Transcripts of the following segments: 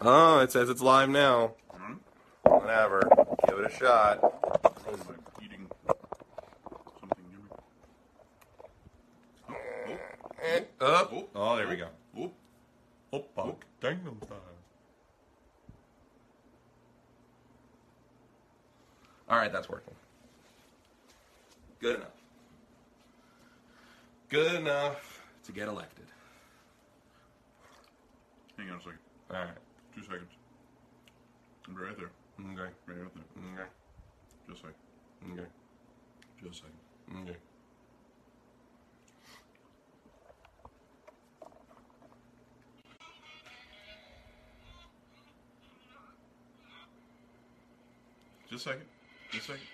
Oh, it says it's live now. Whatever. Give it a shot. Probably like eating something. Give me. Up. Oh. Oh, there we go. Oh, Oppa, Gangnam Style. All right, that's working. Good enough. Good enough to get elected. hang on a second. All right. Two seconds. I'm right there. Okay. Right out there. Okay. Just a second. Okay. Just a second. Okay. Just a second. Just a second.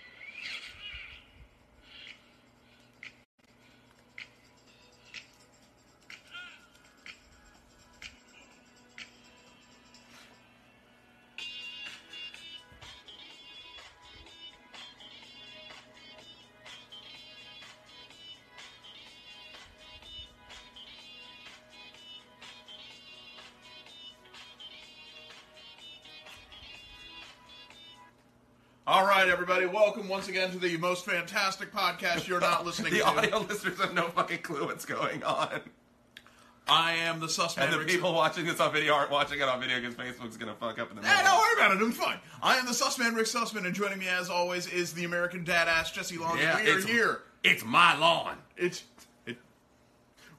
All right, everybody. Welcome once again to the most fantastic podcast you're not listening The to. audio listeners have no fucking clue what's going on. I am the suspect. And the people watching this on video aren't watching it on video because Facebook's going to fuck up in the middle. Eh, don't worry about it. I'm fine. I am the Sussman, Rick Sussman, and joining me as always is the American Dadass Jesse Long. Yeah, we are it's- here. It's my lawn. It's it.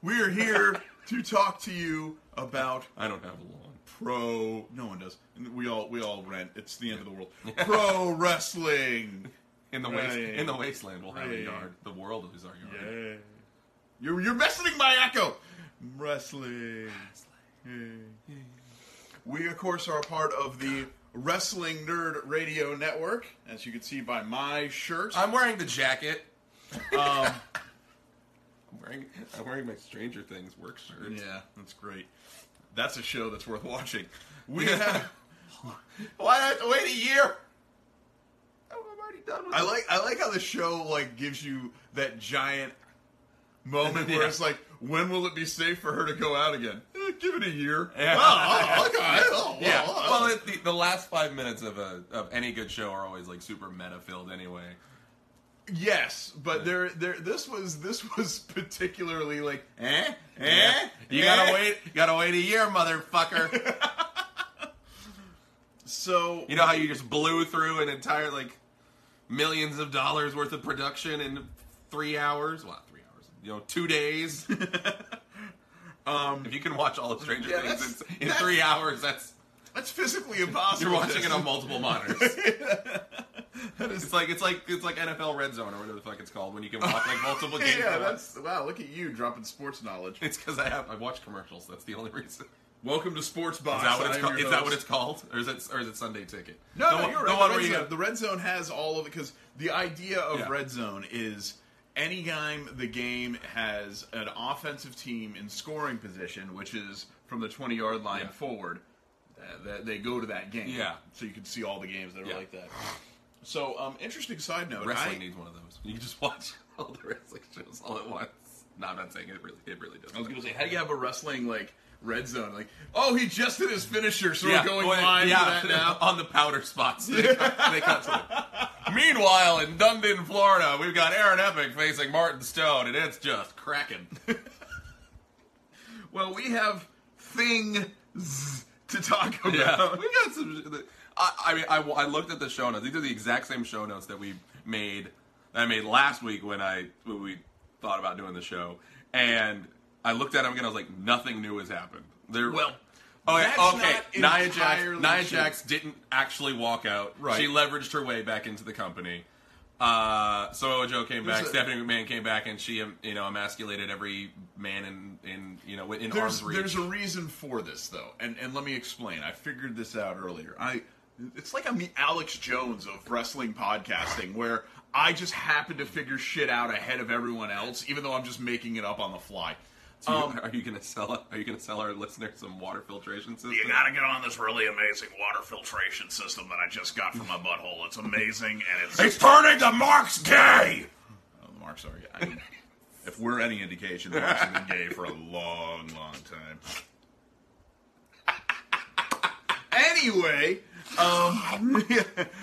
We are here to talk to you about I don't have a lawn. pro. No one does. We all we all rent. It's the end of the world. Pro wrestling. In the Right. waste, in the wasteland, we'll have a Right. yard. The world is our yard. Yeah. You're you're messing my echo. Wrestling. Yeah. We of course are a part of the Wrestling Nerd Radio Network, as you can see by my shirt. I'm wearing the jacket. Um, I'm wearing, I'm wearing my Stranger Things work shirt. Yeah, that's great. That's a show that's worth watching. We Yeah. have. Why do I have to wait a year? Oh, I'm already done with I it. like I like how the show like gives you that giant moment where Yeah. it's like, when will it be safe for her to go out again? Eh, give it a year. Yeah. Oh, oh, okay. Oh, well, Yeah. oh. Well, it, the, the last five minutes of a of any good show are always like super meta filled anyway. yes, but there there this was this was particularly like eh eh You eh. gotta wait. You gotta wait a year, motherfucker. So you know how you just blew through an entire like millions of dollars worth of production in three hours? Well, not three hours. You know, two days. um, if you can watch all of Stranger Yeah, that's- Things in, in that's- three hours, that's that's physically impossible. you're watching Jesse. it on multiple monitors. That is It's like it's like it's like NFL Red Zone or whatever the fuck it's called when you can watch like multiple games. yeah, at once. that's wow. Look at you dropping sports knowledge. It's because I have I watch commercials. That's the only reason. Welcome to Sports Box. Is that what Oh, I it's am called? your Is that host. what it's called, or is it or is it Sunday Ticket? the, No, no, one- you're right. The one where red you zone, have the red zone has all of it because the idea of Yeah. red zone is any time the game has an offensive team in scoring position, which is from the twenty yard line Yeah. forward, uh, that they go to that game. Yeah. so you can see all the games that are Yeah. like that. So, um, interesting side note. wrestling I- needs one of those. You can just watch all the wrestling shows all at once. No, I'm not saying it really. It really doesn't. I was gonna say, how do you have a wrestling like red zone? Like, oh, he just did his finisher, so we're going well, live yeah, to that now. on the powder spots. They cut, they cut to it. Meanwhile, in Dundon, Florida, we've got Aaron Epic facing Martin Stone, and it's just cracking. Well, we have things to talk about. Yeah, we got some. I, I mean, I, I looked at the show notes. These are the exact same show notes that we made. That I made last week when I when we thought about doing the show, and I looked at them again. I was like, nothing new has happened. There. Well, Oh, yeah, that's okay. not Nia Jax, entirely Nia true. Jax didn't actually walk out. Right. She leveraged her way back into the company. Uh, Samoa Joe came back. a- Stephanie McMahon came back, and she, um, you know, emasculated every man in, in you know, in there's arms reach. there's a reason for this though, and and let me explain. I figured this out earlier. I it's like I'm the Alex Jones of wrestling podcasting, where I just happen to figure shit out ahead of everyone else, even though I'm just making it up on the fly. Do you- are you gonna sell? Are you gonna sell our listeners some water filtration system? You gotta get on this really amazing water filtration system that I just got from my butthole. It's amazing and it's it's turning the marks gay. Oh, the marks are. I mean, if we're any indication, the marks have been gay for a long, long time. Anyway, um,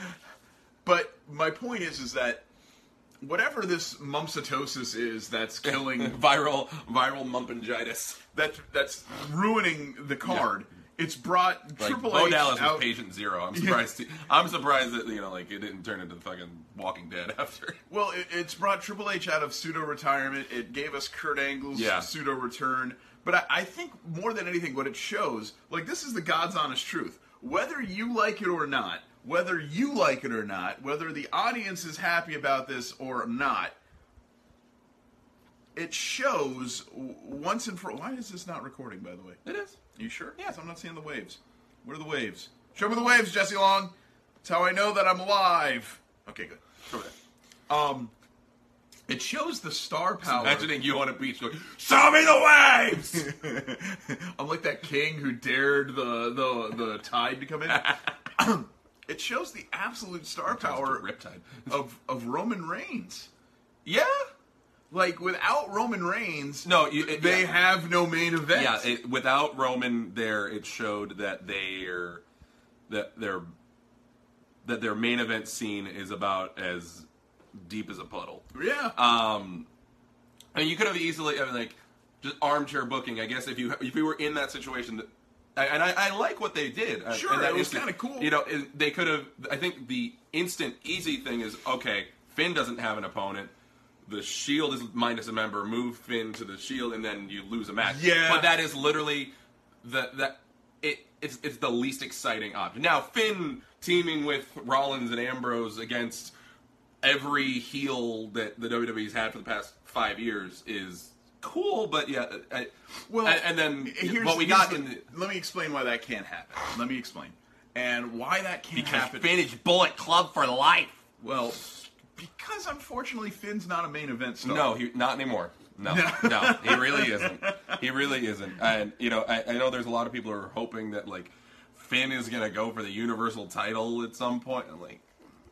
but my point is, is that whatever this mumpsitosis is that's killing viral viral mumpangitis. that that's ruining the card. It's brought Like Triple Bo H Dallas out. was patient zero. I'm surprised. he- I'm surprised that you know, like it didn't turn into fucking Walking Dead after. Well, it, it's brought Triple H out of pseudo retirement. It gave us Kurt Angle's Yeah. pseudo return. But I, I think more than anything, what it shows, like this is the God's honest truth. Whether you like it or not, whether you like it or not, whether the audience is happy about this or not, it shows w- once and for why is this not recording? By the way, It is. you sure? Yes, I'm not seeing the waves. Where are the waves? Show me the waves, Jesse Long. That's how I know that I'm alive. Okay, good. Sure. Um, it shows the star power. Imagining you on a beach going, "Show me the waves." I'm like that king who dared the the, the tide to come in. it shows the absolute star power Riptide. of of Roman Reigns. Yeah. Like without Roman Reigns, No, you, it- they yeah. have no main event. Yeah, it, without Roman there, it showed that they're that their that their main event scene is about as deep as a puddle. yeah. uh, I mean, you could have easily, I mean, like, just armchair booking. I guess if you if you were in that situation, that, I- and I, I like what they did. uh, Sure, in that it was instant. kinda cool. You know, it- they could have. I think the instant easy thing is okay. Finn doesn't have an opponent. The Shield is minus a member. Move Finn to the Shield, and then you lose a match. Yeah. but that is literally the that it it's it's the least exciting option. Now Finn teaming with Rollins and Ambrose against every heel that the WWE's had for the past five years is cool, but yeah. I, well, and, then here's- what we here's got the- in the, Let me explain why that can't happen. Let me explain, and why that can't happen. finished Bullet Club for life. well, because unfortunately Finn's not a main event star. No, he not anymore. No, no, he really isn't. He really isn't. And you know, I, I know there's a lot of people who are hoping that like Finn is gonna go for the Universal title at some point. I'm like,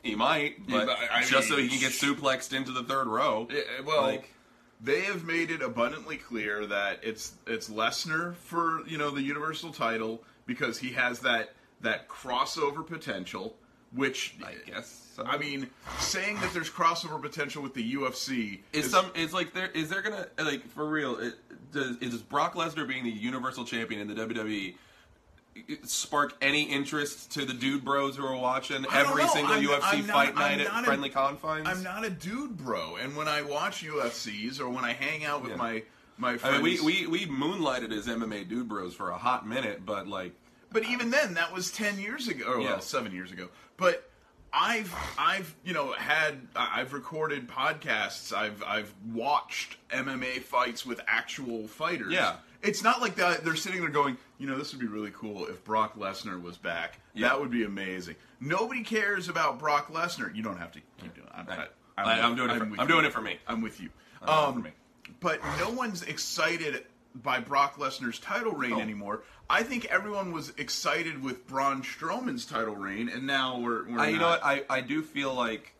he might, but but I- I just so mean, he can get suplexed into the third row. Yeah, well, Like- they have made it abundantly clear that it's it's Lesnar for you know the Universal title because he has that that crossover potential, which I guess so. I mean, saying that there's crossover potential with the UFC Is some is like there is there gonna like for real? It, does is Brock Lesnar being the Universal Champion in the WWE spark any interest to the dude bros who are watching I don't every know. single I'm- UFC I'm not- fight I'm night not at a- friendly confines? I'm not a dude, bro, and when I watch UFCs or when I hang out with Yeah. my my I friends, mean, we, we we moonlighted as MMA dude bros for a hot minute, but like But even then, that was ten years ago. Or Yeah. well, seven years ago. But I've I've you know had I- I've recorded podcasts. I've I've watched MMA fights with actual fighters. Yeah. It's not like that. They're sitting there going, you know, this would be really cool if Brock Lesnar was back. Yeah. That would be amazing. Nobody cares about Brock Lesnar. You don't have to keep doing. It. I'm, Right. I'm, I- I'm doing it for- with I'm you. doing it for me. I'm with you. doing it um, for me. But no one's excited by Brock Lesnar's title reign No. anymore. I think everyone was excited with Braun Strowman's title reign, and now we're, we're I, you know not. what I I do feel like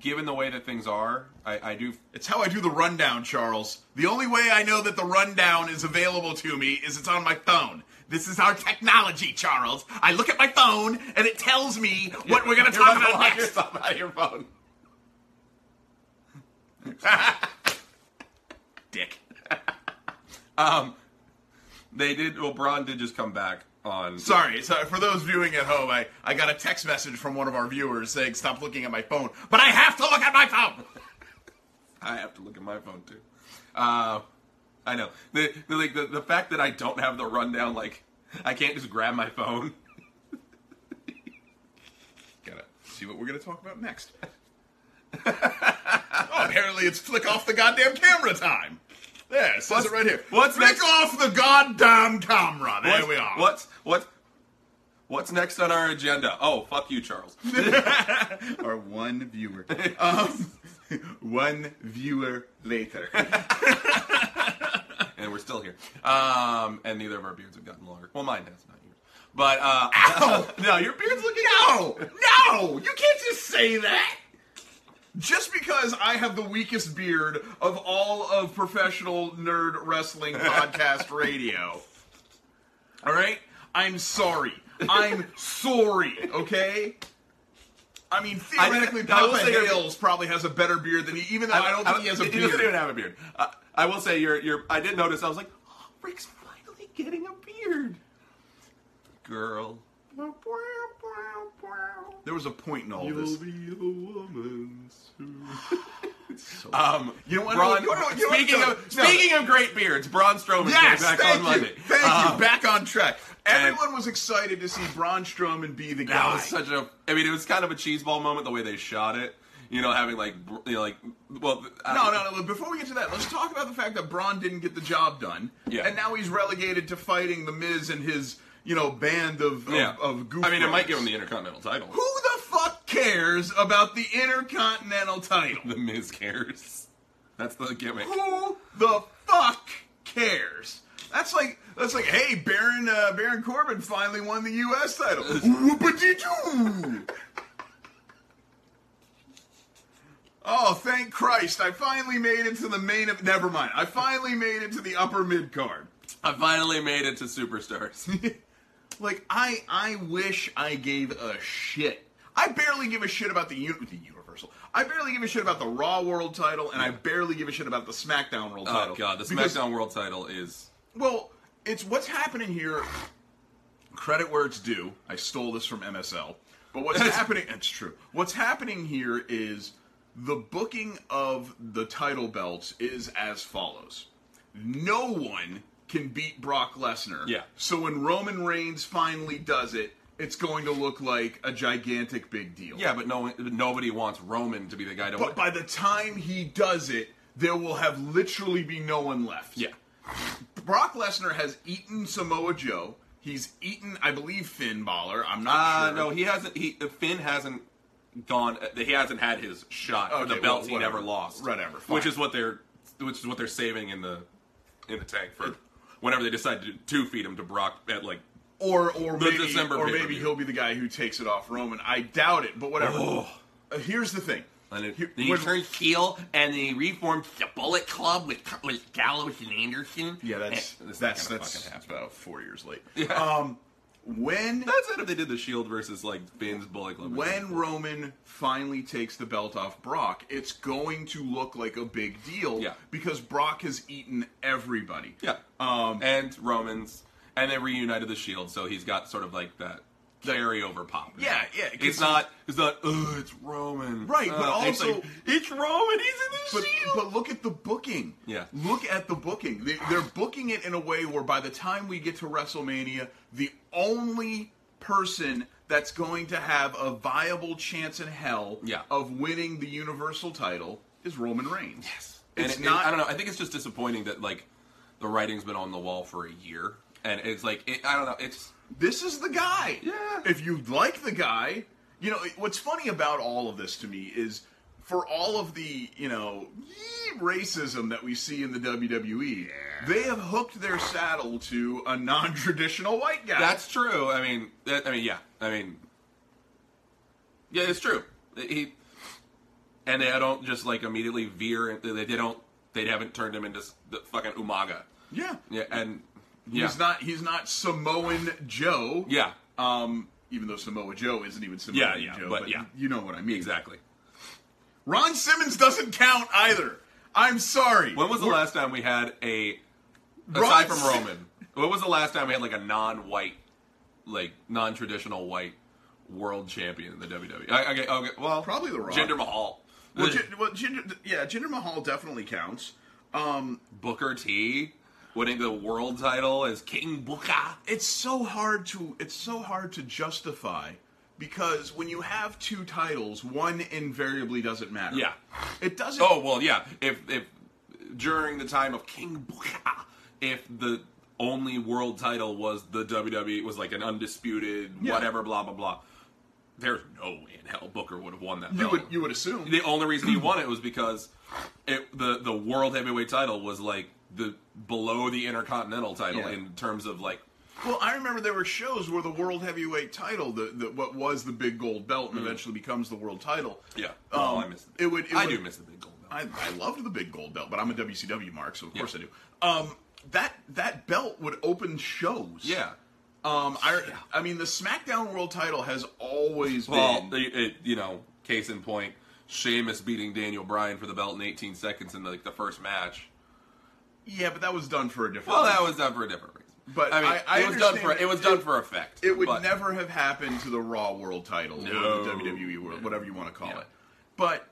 given the way that things are, I, I do It's how I do the rundown, Charles. The only way I know that the rundown is available to me is it's on my phone. This is our technology, Charles. I look at my phone and it tells me what we're going to You're not talk gonna about lock next. yourself out of your phone. Dick. They did. Well, Braun did just come back on. Sorry, sorry, for those viewing at home, I, I got a text message from one of our viewers saying, Stop looking at my phone. But I have to look at my phone! I have to look at my phone too. Uh, I know the, the like the, the fact that I don't have the rundown. Like I can't just grab my phone. Gotta see what we're gonna talk about next. oh, apparently it's flick off the goddamn camera time. There, it says it right here. what's flick next? off the goddamn camera? There What's- we are. What's what? What's next on our agenda? Oh, fuck you, Charles. Our one viewer. Um, one viewer later. and we're still here. Um, and neither of our beards have gotten longer. Well, mine has, not yours. But uh, Ow! no, your beard's looking. No, no, you can't just say that. Just because I have the weakest beard of all of professional nerd wrestling podcast radio. All right, I'm sorry. I'm sorry, okay? I mean, I- theoretically, I will Papa say- Hales probably has a better beard than he, even though I, don't think he has a He doesn't even beard. have a beard. Uh, I will say, you're, you're, I did notice. I was like, oh, Rick's finally getting a beard. Girl. There was a point in all this. be a woman soon. Uh, Um, You know what? Braun, You know what- you know what- speaking no, of no. speaking of great beards, Braun Strowman Yes, came back thank on you, Monday. Thank Um, you. Back on track. and- Everyone was excited to see Braun Strowman be the guy. That was such a. I mean, it was kind of a cheeseball moment the way they shot it. You know, having like, br- you know, like, well, uh, I- No, no, no. Before we get to that, let's talk about the fact that Braun didn't get the job done. Yeah. And now he's relegated to fighting The Miz and his, you know, band of, of, Yeah. of goof I mean, it might brothers. give him the Intercontinental title. Who the fuck cares about the Intercontinental title? The Miz cares. That's the gimmick. Who the fuck cares? That's like that's like, hey, Baron uh, Baron Corbin finally won the U.S. title. Whoop-a-dee-doo. oh, thank Christ! I finally made it to the main. Of, never mind. I finally made it to the upper mid card. I finally made it to Superstars. Like I, I wish I gave a shit. I barely give a shit about the, uni- the Universal. I barely give a shit about the Raw World title, and I barely give a shit about the SmackDown World oh title. god, the Because- SmackDown World title is. Well, it's what's happening here. Credit where it's due. I stole this from MSL. But what's happening? It's true. What's happening here is the booking of the title belts is as follows. No one can beat Brock Lesnar. Yeah. So when Roman Reigns finally does it, it's going to look like a gigantic big deal. Yeah, but no, nobody wants Roman to be the guy to. But by the time he does it, there will have literally be no one left. yeah, Brock Lesnar has eaten Samoa Joe. He's eaten, I believe, Finn Balor. I'm not uh, sure. no, he hasn't. He Finn hasn't gone. uh, He hasn't had his shot for the Okay, belt well, he never whatever. lost. Whatever, fine. Which is what they're, which is what they're saving in the, in the tank for whenever they decide to, to feed him to Brock at like. or or The maybe December or pay-per-view. maybe he'll be the guy who takes it off Roman. I doubt it, but whatever. Uh, here's the thing. And it, Here- then he when- turned heel, and then he reformed the Bullet Club with with Gallows and Anderson. yeah, that's Eh, this is that's gonna that's fucking happen. about four years late. Um, when That's it if they did the Shield versus like Finn's Bullet Club. when Roman finally takes the belt off Brock, it's going to look like a big deal Yeah. because Brock has eaten everybody. Yeah. Um, and Romans, and they reunited the Shield, so he's got sort of like that carryover pop. Yeah, yeah, 'cause It's not. It's not. Ugh, it's Roman. Right, but Uh, it's also- like, it's Roman. He's in the But, Shield. but look at the booking. Yeah. Look at the booking. They, they're booking it in a way where by the time we get to WrestleMania, the only person that's going to have a viable chance in hell Yeah. of winning the Universal title is Roman Reigns. Yes. And It's it- it- not. I don't know. I think it's just disappointing that like the writing's been on the wall for a year, and it's like it, I don't know. It's This is the guy. Yeah. If you like the guy, you know what's funny about all of this to me is for all of the you know yee racism that we see in the WWE, they have hooked their saddle to a non-traditional white guy. that's true. I mean, that, I mean, yeah. I mean, yeah, it's true. He and they don't just like immediately veer. and They, they don't. They haven't turned him into s- the fucking Umaga. yeah. Yeah, and yeah, He's not. He's not Samoan Joe. yeah, Um. Even though Samoa Joe isn't even Samoan Yeah, yeah, Joe, but yeah. you know what I mean. exactly. Ron Simmons doesn't count either. I'm sorry. When was the We're- last time we had a aside Ron from Sim- Roman? When was the last time we had like a non-white, like non-traditional white world champion in the WWE? I, okay, okay, well, Probably The Rock. Jinder Mahal, Well, Ugh. Jin- well Jinder, yeah, Jinder Mahal definitely counts. Um, Booker T winning the world title as King Booker. it's so hard to it's so hard to justify because when you have two titles, one invariably doesn't matter. Yeah. it doesn't. Oh well, yeah. If if during the time of King Booker, if the only world title was the WWE was like an undisputed Yeah. whatever blah blah blah. There's no way in hell Booker would have won that. you belt. would you would assume. the only reason he won it was because it, the the world heavyweight title was like the below the intercontinental title Yeah. in terms of like well, I remember there were shows where the world heavyweight title, the, the what was the big gold belt, and eventually becomes the world title. Mm-hmm. yeah. Um, oh, I miss the, it would. It I would, do miss the big gold belt. I, I loved the big gold belt, but I'm a WCW mark, so of course Yeah. I do. Um, that that belt would open shows. yeah. Um, I, I mean, the SmackDown World Title has always Well, been. it, it, you know, case in point, Sheamus beating Daniel Bryan for the belt in 18 seconds in like the first match. yeah, but that was done for a different. Well, that reason. was done for a different reason. But I mean, I- I it was done for understand it was done it- for effect. It would but- never have happened to the Raw World Title No. or the WWE World, whatever you want to call Yeah. it. But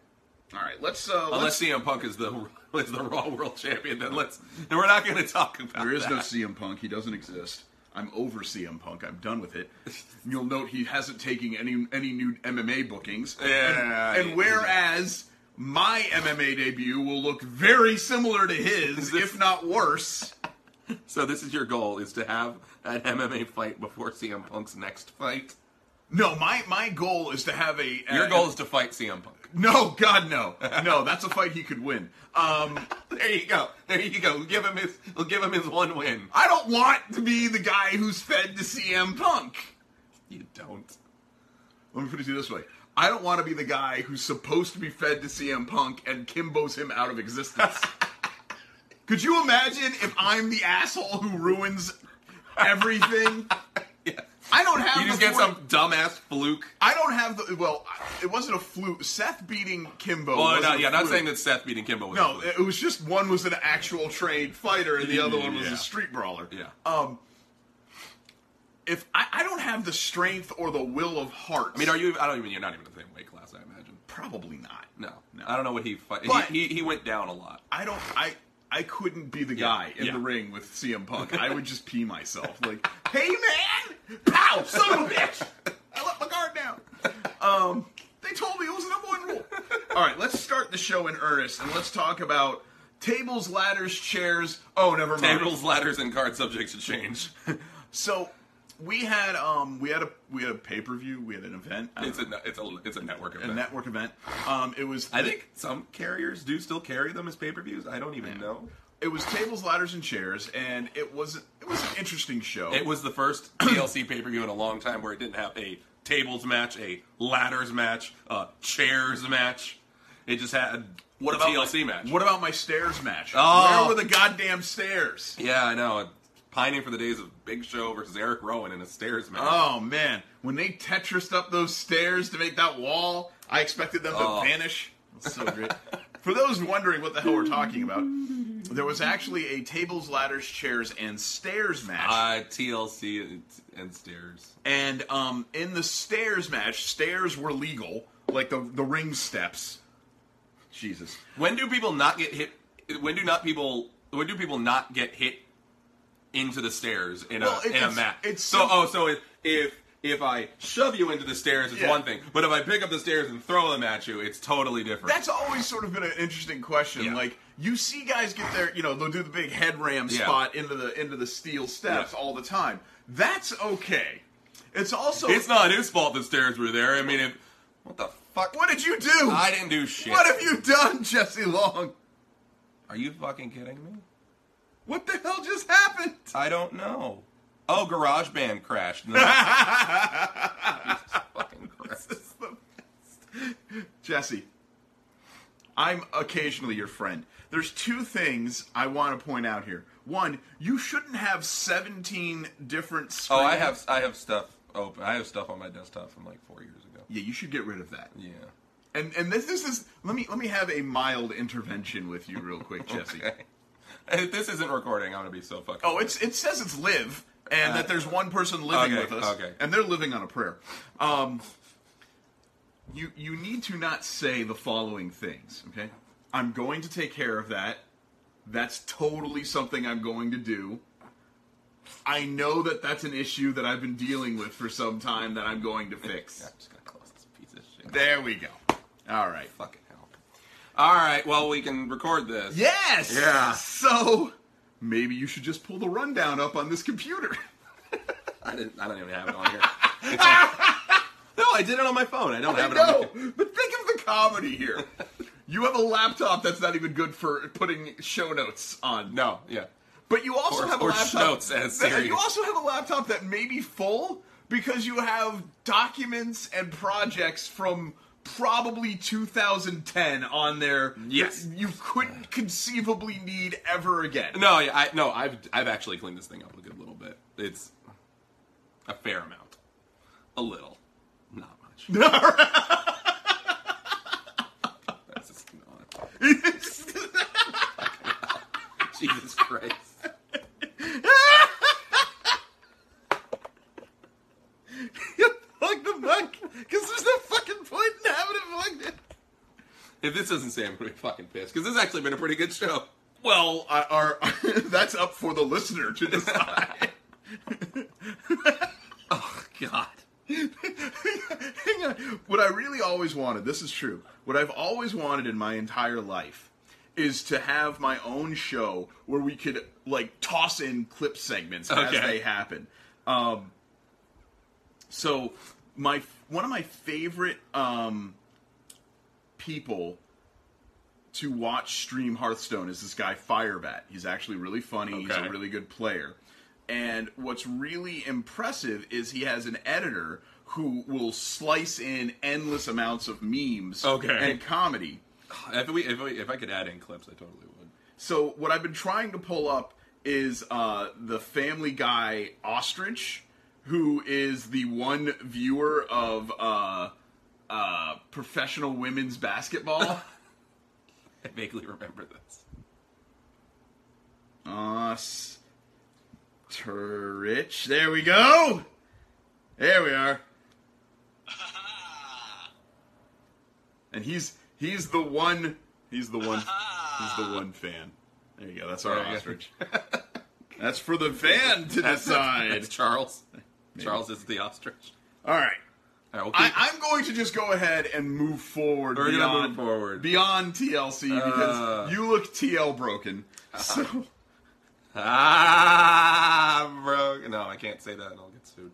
all right, let's. Uh, Unless let's CM Punk is the is the Raw World Champion, then let's. Then we're not going to talk about. there is no that. CM Punk. He doesn't exist. I'm over CM Punk. I'm done with it. And You'll note he hasn't taken any any new MMA bookings. Yeah, And, and whereas my MMA debut will look very similar to his, if not worse. So this is your goal: is to have an MMA fight before CM Punk's next fight. No, my my goal is to have a Your a- goal is to fight CM Punk. No, God, no, no. That's a fight he could win. Um, There you go. There you go. We'll give him his. We'll give him his one win. I don't want to be the guy who's fed to CM Punk. You don't. Let me put it to you this way: I don't want to be the guy who's supposed to be fed to CM Punk and Kimbo's him out of existence. could you imagine if I'm the asshole who ruins everything? I don't have. You just the get forty- some dumbass fluke. I don't have the. Well, I- it wasn't a fluke. Seth beating Kimbo. Well, wasn't no, a uh, yeah, not fluke. saying that Seth beating Kimbo was. No, it was just one was an actual trained fighter and the other one was Yeah. a street brawler. Yeah. Um, if I, I don't have the strength or the will of heart, I mean, are you? I don't even. You're not even the same weight class, I imagine. probably not. No, No. I don't know what he fight. But- He, he he went down a lot. I don't. I I couldn't be the guy in yeah. the ring with CM Punk. I would just pee myself. Like, hey man, pow, son of a bitch! I let my guard down. Um, they told me it was an one rule. All right, let's start the show in earnest and let's talk about tables, ladders, chairs. Oh, never mind. Tables, ladders, and card subjects to change. So we had um we had a we had a pay per view. We had an event. I don't It's a ne- it's a it's a network a event. network event. Um, it was I think some carriers do still carry them as pay per views. I don't even know. it was tables, ladders, and chairs, and it was it was an interesting show. It was the first TLC pay per view in a long time where it didn't have a tables match, a ladders match, a chairs match. It just had what a TLC my, match. What about my stairs match? Oh. Where were the goddamn stairs? yeah, I know. Pining for the days of Big Show versus Eric Rowan in a stairs match. Oh man, when they Tetrised up those stairs to make that wall, I expected them to Oh. vanish. That's so great. For those wondering what the hell we're talking about, there was actually a tables, ladders, chairs, and stairs match. Uh, TLC and, and stairs. And um, in the stairs match, stairs were legal, like the the ring steps. Jesus. When do people not get hit? When do not people? When do people not get hit into the stairs in Well, a in a it- it's- match? it's so sim- oh so if if if I shove you into the stairs, it's Yeah. one thing. But if I pick up the stairs and throw them at you, it's totally different. That's always sort of been an interesting question. Yeah. Like you see guys get their, you know, they'll do the big head ram Yeah. spot into the into the steel steps Yeah. all the time. That's okay. It's also it's not his fault the stairs were there. I mean, if what the fuck? What did you do? I didn't do shit. What have you done, Jesse Long? Are you fucking kidding me? What the hell just happened? I don't know. Oh, Garage Band crashed. Oh, No. Jesus fucking Christ. Jesse, I'm occasionally your friend. There's two things I want to point out here. One, you shouldn't have 17 different. Oh, Screens. I have I have stuff open. I have stuff on my desktop from like four years ago. Yeah, you should get rid of that. Yeah. And and this this is let me let me have a mild intervention with you real quick, Jesse. If this isn't recording, I'm gonna be so fucking. Oh, it's it says it's live and that there's one person living okay, with us, okay. and they're living on a prayer. Um, you you need to not say the following things. Okay, I'm going to take care of that. That's totally something I'm going to do. I know that that's an issue that I've been dealing with for some time that I'm going to Yeah, fix. I'm just gonna close this piece of shit. There we go. All right. Fucking hell. All right. Well, we can record this. Yes. Yeah. So maybe you should just pull the rundown up on this computer. I didn't. I don't even have it on here. It's on- no, I did it on my phone. I don't I have it on. know, my but think of the comedy here. You have a laptop that's not even good for putting show notes on. No. Yeah. But you also Or- have a or laptop. notes as that- serious. you also have a laptop that may be full because you have documents and projects from probably 2010 on there. Yes. that you couldn't conceivably need ever again. No. Yeah. I, no. I've I've actually cleaned this thing up a good little bit. It's a fair amount, a little, not much. That's just not. Jesus Christ. Fuck the fuck, because there's no fucking point in having it. Fucked. If this doesn't say I'm gonna be fucking pissed, because this has actually been a pretty good show. Well, I, our, that's up for the listener to decide. Oh God. Hang on. What I really always wanted, this is true. What I've always wanted in my entire life is to have my own show where we could like toss in clip segments as Okay. they happen. Um, so my one of my favorite um, people to watch stream Hearthstone is this guy Firebat. He's actually really funny. He's Okay. a really good player. And what's really impressive is he has an editor who will slice in endless amounts of memes Okay. and comedy. If we, if we, if I could add in clips, I totally would. So what I've been trying to pull up is uh, the Family Guy ostrich, who is the one viewer of uh, uh, professional women's basketball. I vaguely remember this. Ostrich. There we go. There we are. And he's he's the one. He's the one. He's the one fan. There you go. That's our There you go. ostrich. That's for the fan to decide. It's Charles. Charles is the ostrich. Oh, All right. All right, we'll keep- I, I'm going to just go ahead and move forward. We're gonna beyond, move forward. beyond TLC because Uh. you look TL broken. So Ah, I'm broke. No, I can't say that, and I'll get sued.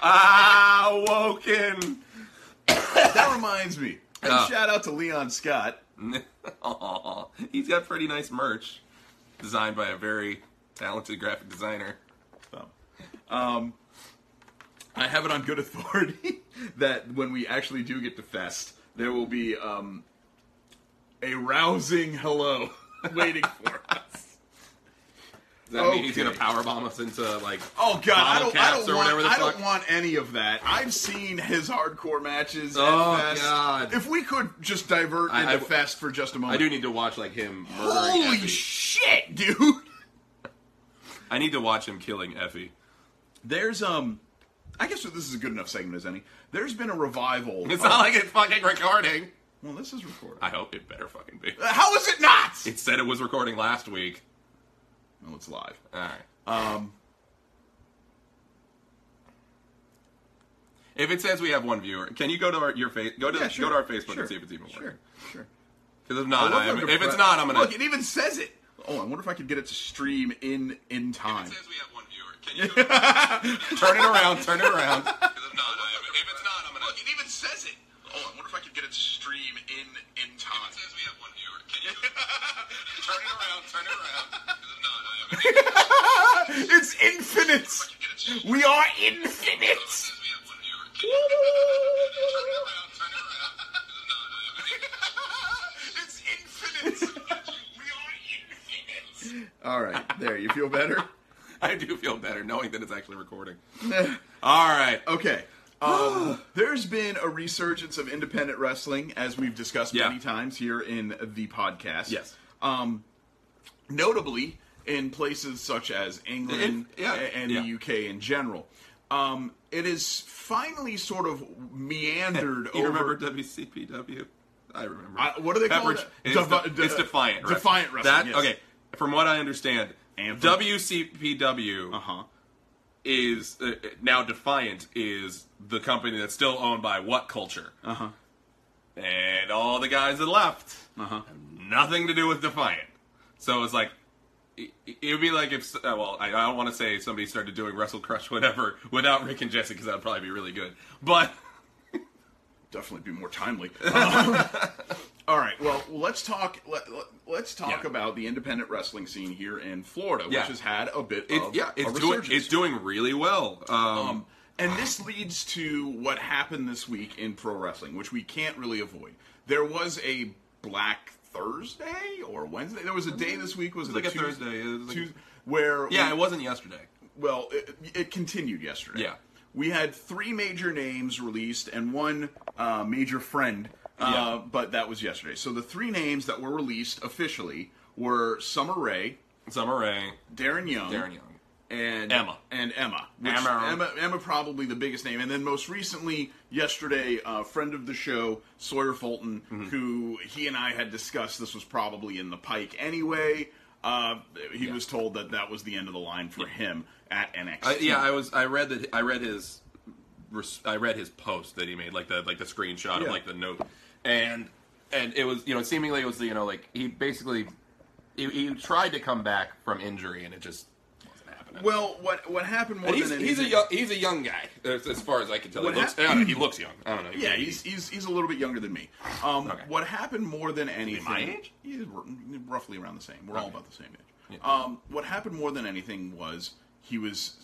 ah, woken. that reminds me. And Uh. shout out to Leon Scott. Aw, he's got pretty nice merch, designed by a very talented graphic designer. Um, I have it on good authority that when we actually do get to Fest, there will be um, a rousing hello waiting for us. Does that mean he's Okay. gonna powerbomb us into like? Oh God, I Bottle don't, I caps don't or want, whatever the I don't fuck. want any of that. I've seen his hardcore matches. at Oh, Fest. God. If we could just divert I- into I- Fest for just a I moment. do need to watch like him. Murdering Holy Effie. shit, dude! I need to watch him killing Effie. There's um, I guess this is a good enough segment as any. There's been a revival. It's of- not like it's fucking recording. well, this is recorded. I hope it better fucking be. How is it not? It said it was recording last week. Uh, No, it's live. All right. Um, If it says we have one viewer, can you go to our your face? Go to yeah, sure. go to our Facebook Sure. and see if it's even working. Sure, sure. Because if I not, love I am, how if it's depre- not, I'm gonna. look. It even says it. Oh, I wonder if I could get it to stream in in time. we have one viewer. Can you turn it around? Turn it around. if not, I am, if it's not, I'm gonna. It even says it. Oh, I wonder if I could get it to stream in in time. we have one viewer. Can you turn it around? Turn it around. if not, I am. It's infinite. We are infinite. we have one viewer. Can you turn it around? Turn it around. if not, I am. It's infinite. we are infinite. All right, there. You feel better? I do feel better knowing that it's actually recording. All right. Okay. Um, there's been a resurgence of independent wrestling, as we've discussed Yeah. many times here in the podcast. Yes. Um, notably in places such as England In- yeah, a- and yeah. the UK in general. Um, it is finally sort of meandered You over. remember WCPW? I remember. I- what do they call it? It's, Defi- de- it's de- defiant. Wrestling. Defiant Wrestling, That yes. okay. From what I understand, Anthem. WCPW Uh huh. is uh, now Defiant is the company that's still owned by What Culture, Uh huh. and all the guys that left Uh huh. nothing to do with Defiant. So it's like it, it would be like if uh, well I, I don't want to say somebody started doing Wrestle Crush whatever without Rick and Jesse because that would probably be really good, but. Definitely be more timely. Um, all right. Well, let's talk. Let, let, us talk Yeah. about the independent wrestling scene here in Florida, which Yeah. has had a bit It's, of yeah, a it's doing resurgence. it's doing really well. Um, Um, and this leads to what happened this week in pro wrestling, which we can't really avoid. There was a Black Thursday or Wednesday. There was a day this week. Was it, Mm-hmm. like a Tues- Thursday, it was like a- Tues- where yeah, we- it wasn't yesterday. well, it, it continued yesterday. Yeah. We had three major names released and one uh, major friend, uh, Yeah. but that was yesterday. So the three names that were released officially were Summer Rae, Summer Rae, Darren Young, Darren Young. and Emma. and Emma, which, Emma. Emma, Emma probably the biggest name, and then most recently yesterday, a friend of the show Sawyer Fulton, Mm-hmm. who he and I had discussed this was probably in the Pike anyway. Uh, he was told that that was the end of the line for him at NXT. I, Uh, yeah, I was. I read that. I read his. res- I read his post that he made, like the like the screenshot of Yeah. like the note, and and it was you know seemingly it was you know like he basically he, he tried to come back from injury and it just wasn't happening. well, what what happened more And he's, than he's a anything- young he's a young guy as, as far as I can tell. He What looks, I hap- don't know, he looks young. I don't know. Yeah, he's, he's he's a little bit younger than me. Um, Okay. What happened more than anything? my age? He's r- roughly around the same. We're all Okay. about the same age. Um, what happened more than anything was he was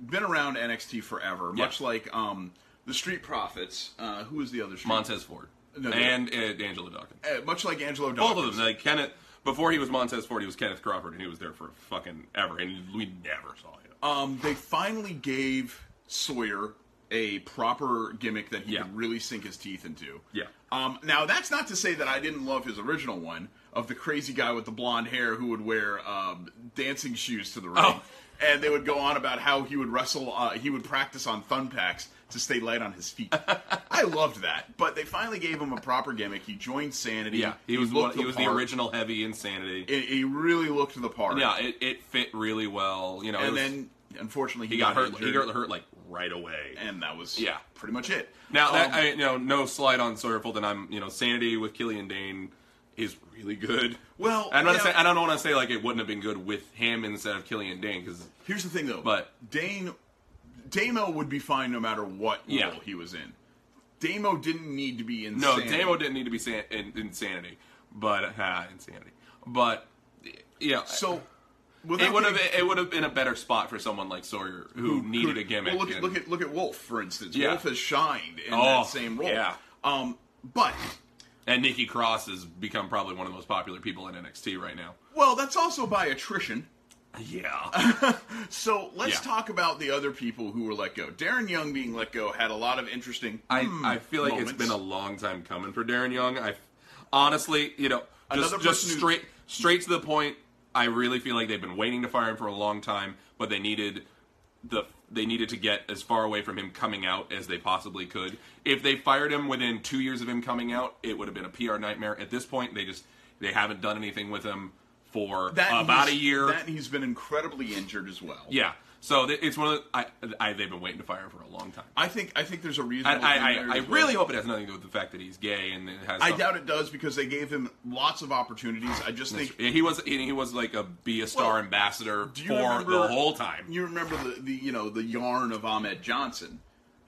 been around NXT forever, much Yeah. like um, the Street Profits. Uh, who was the other Street? Montez Ford No, no. and uh, Angela Dawkins. Uh, much like Angelo Dawkins. Both of them. Like Kenneth before he was Montez Ford, he was Kenneth Crawford, and he was there for fucking ever, and we never saw him. Um, they finally gave Sawyer a proper gimmick that he Yeah. could really sink his teeth into. Yeah. Um, now that's not to say that I didn't love his original one of the crazy guy with the blonde hair who would wear um, dancing shoes to the ring, Oh. and they would go on about how he would wrestle, uh, he would practice on thumb packs to stay light on his feet. I loved that, but they finally gave him a proper gimmick. He joined Sanity. Yeah, he was one, looked he was the part. original heavy insanity. He- He really looked the part. yeah, it, it fit really well. You know, it and was- then unfortunately he got hurt. He injured. got hurt like right away. and that was Yeah. pretty much it. now that Um, I you know no slide on Sawyer Fulton. I'm you know sanity with Killian Dane is really good. Well, I'm not yeah. say, I don't want to say like it wouldn't have been good with him instead of Killian Dane because here's the thing though, but- Dane Damo would be fine no matter what role Yeah. he was in. Damo didn't need to be in. no Sanity. Damo didn't need to be san- in, insanity, but uh, insanity, but yeah. So without it would have getting- it would have been a better spot for someone like Sawyer who, needed could- a gimmick. Well, look, at and- look at look at Wolf for instance. Yeah. Wolf has shined in Oh, that same role. yeah. Um, but And Nikki Cross has become probably one of the most popular people in NXT right now. well, that's also by attrition. Yeah. So let's Yeah. talk about the other people who were let go. Darren Young being let go had a lot of interesting. I, hmm, I feel like it's moments. been a long time coming for Darren Young. I honestly, you know, just, Another just person who- straight straight to the point, I really feel like they've been waiting to fire him for a long time, but they needed the they needed to get as far away from him coming out as they possibly could. If they fired him within 2 years of him coming out, it would have been a PR nightmare. At this point, they just they haven't done anything with him for that and about a he's- year. That and he's been incredibly injured as well. Yeah. So th- it's one of the, I, I they've been waiting to fire him for a long time. I think I think there's a reason. I, I, I, I really hope it has nothing to do with the fact that he's gay and it has. I some- doubt it does because they gave him lots of opportunities. I just think. Yeah, he was he, he was like a be a star Well, ambassador Do for you remember the whole time. You remember the, the you know the yarn of Ahmed Johnson?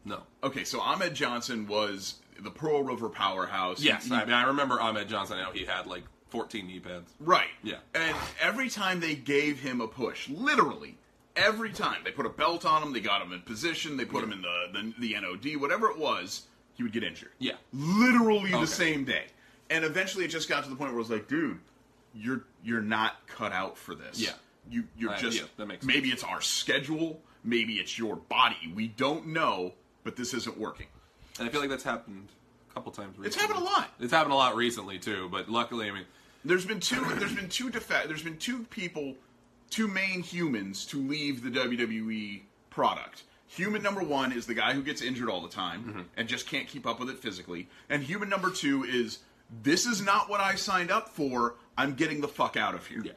no. Okay, so Ahmed Johnson was the Pearl River powerhouse. Yes, He- I mean I remember Ahmed Johnson. Now he had like 14 knee pads. Right. Yeah. And every time they gave him a push, literally every time they put a belt on him, they got him in position, they put him in the, the the NOD, whatever it was, he would get injured. Yeah. Literally Okay. the same day. And eventually it just got to the point where it was like, dude, you're you're not cut out for this. Yeah. You you're I- just yeah, that makes maybe it's our schedule, maybe it's your body. We don't know, but this isn't working. And I feel like that's happened a couple times. Recently. happened a lot. It's happened a lot recently too. But luckily, I mean, There's been two. There's been two defa- There's been two people, two main humans to leave the WWE product. Human number one is the guy who gets injured all the time Mm-hmm. and just can't keep up with it physically, and human number two is this is not what I signed up for. I'm getting the fuck out of here. yeah,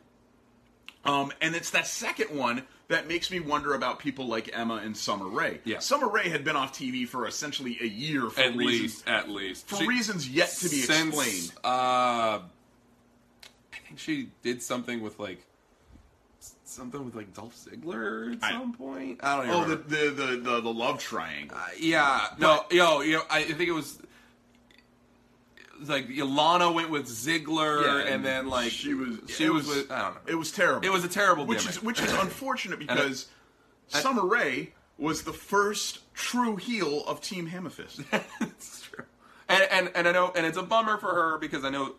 Um, and it's that second one that makes me wonder about people like Emma and Summer Rae. Yeah. Summer Rae had been off TV for essentially a year for at reasons least at least for She- reasons yet to be since, explained. Uh, I think she did something with like s- something with like Dolph Ziggler at I- some point. I don't even Oh, the remember. the, the the the love triangle. Uh, yeah, no, yo, yo, I I think it was it was like Ilana went with Ziggler, and, then like she was she it was, with I don't know. It was terrible. It was a terrible which gimmick. is which is unfortunate I- because Summer Rae was the first true heel of Team Hammerfist. it's true. And, and and I know, and it's a bummer for her because I know,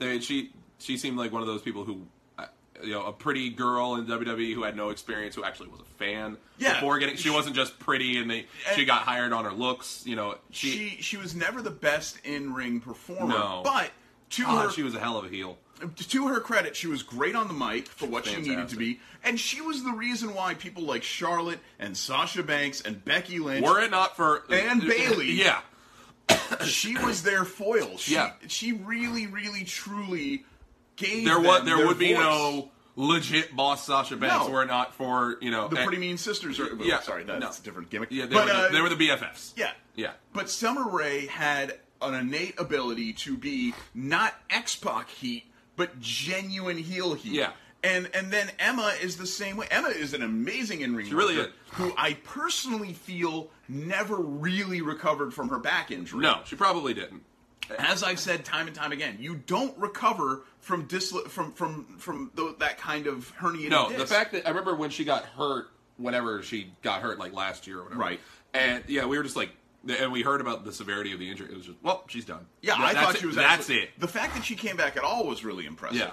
I mean, she she seemed like one of those people who I, you know a pretty girl in WWE who had no experience who actually was a fan Yeah. before getting she wasn't just pretty and they she And- got hired on her looks you know she, she she was never the best in ring performer, No. but to God, her she was a hell of a heel to her credit, she was great on the mic for what she needed to fantastic. be, and she was the reason why people like Charlotte and Sasha Banks and Becky Lynch were it not for And Bayley. yeah she was their foil. She, Yeah. she really, really, truly gave there was them there their would be voice. no legit boss Sasha Banks No. were it not for you know the and- Pretty Mean Sisters. Are, Uh, Yeah, sorry, that's no. a different gimmick. yeah they, but, were the, uh, they were the BFFs yeah, yeah But Summer Rae had an innate ability to be not X Pac heat, but genuine heel heat. Yeah. And and then Emma is the same way. Emma is an amazing in ring. She really is. Who I personally feel never really recovered from her back injury. no she probably didn't As I've said time and time again, you don't recover from dislo- from from from tho- that kind of herniated. No, the disc. fact that I remember when she got hurt, whenever she got hurt, like last year or whatever. Right. And yeah, we were just like, and we heard about the severity of the injury. It was just, well, she's done. Yeah, That- I that's thought it. she was. That's actually- it. The fact that she came back at all was really impressive. Yeah.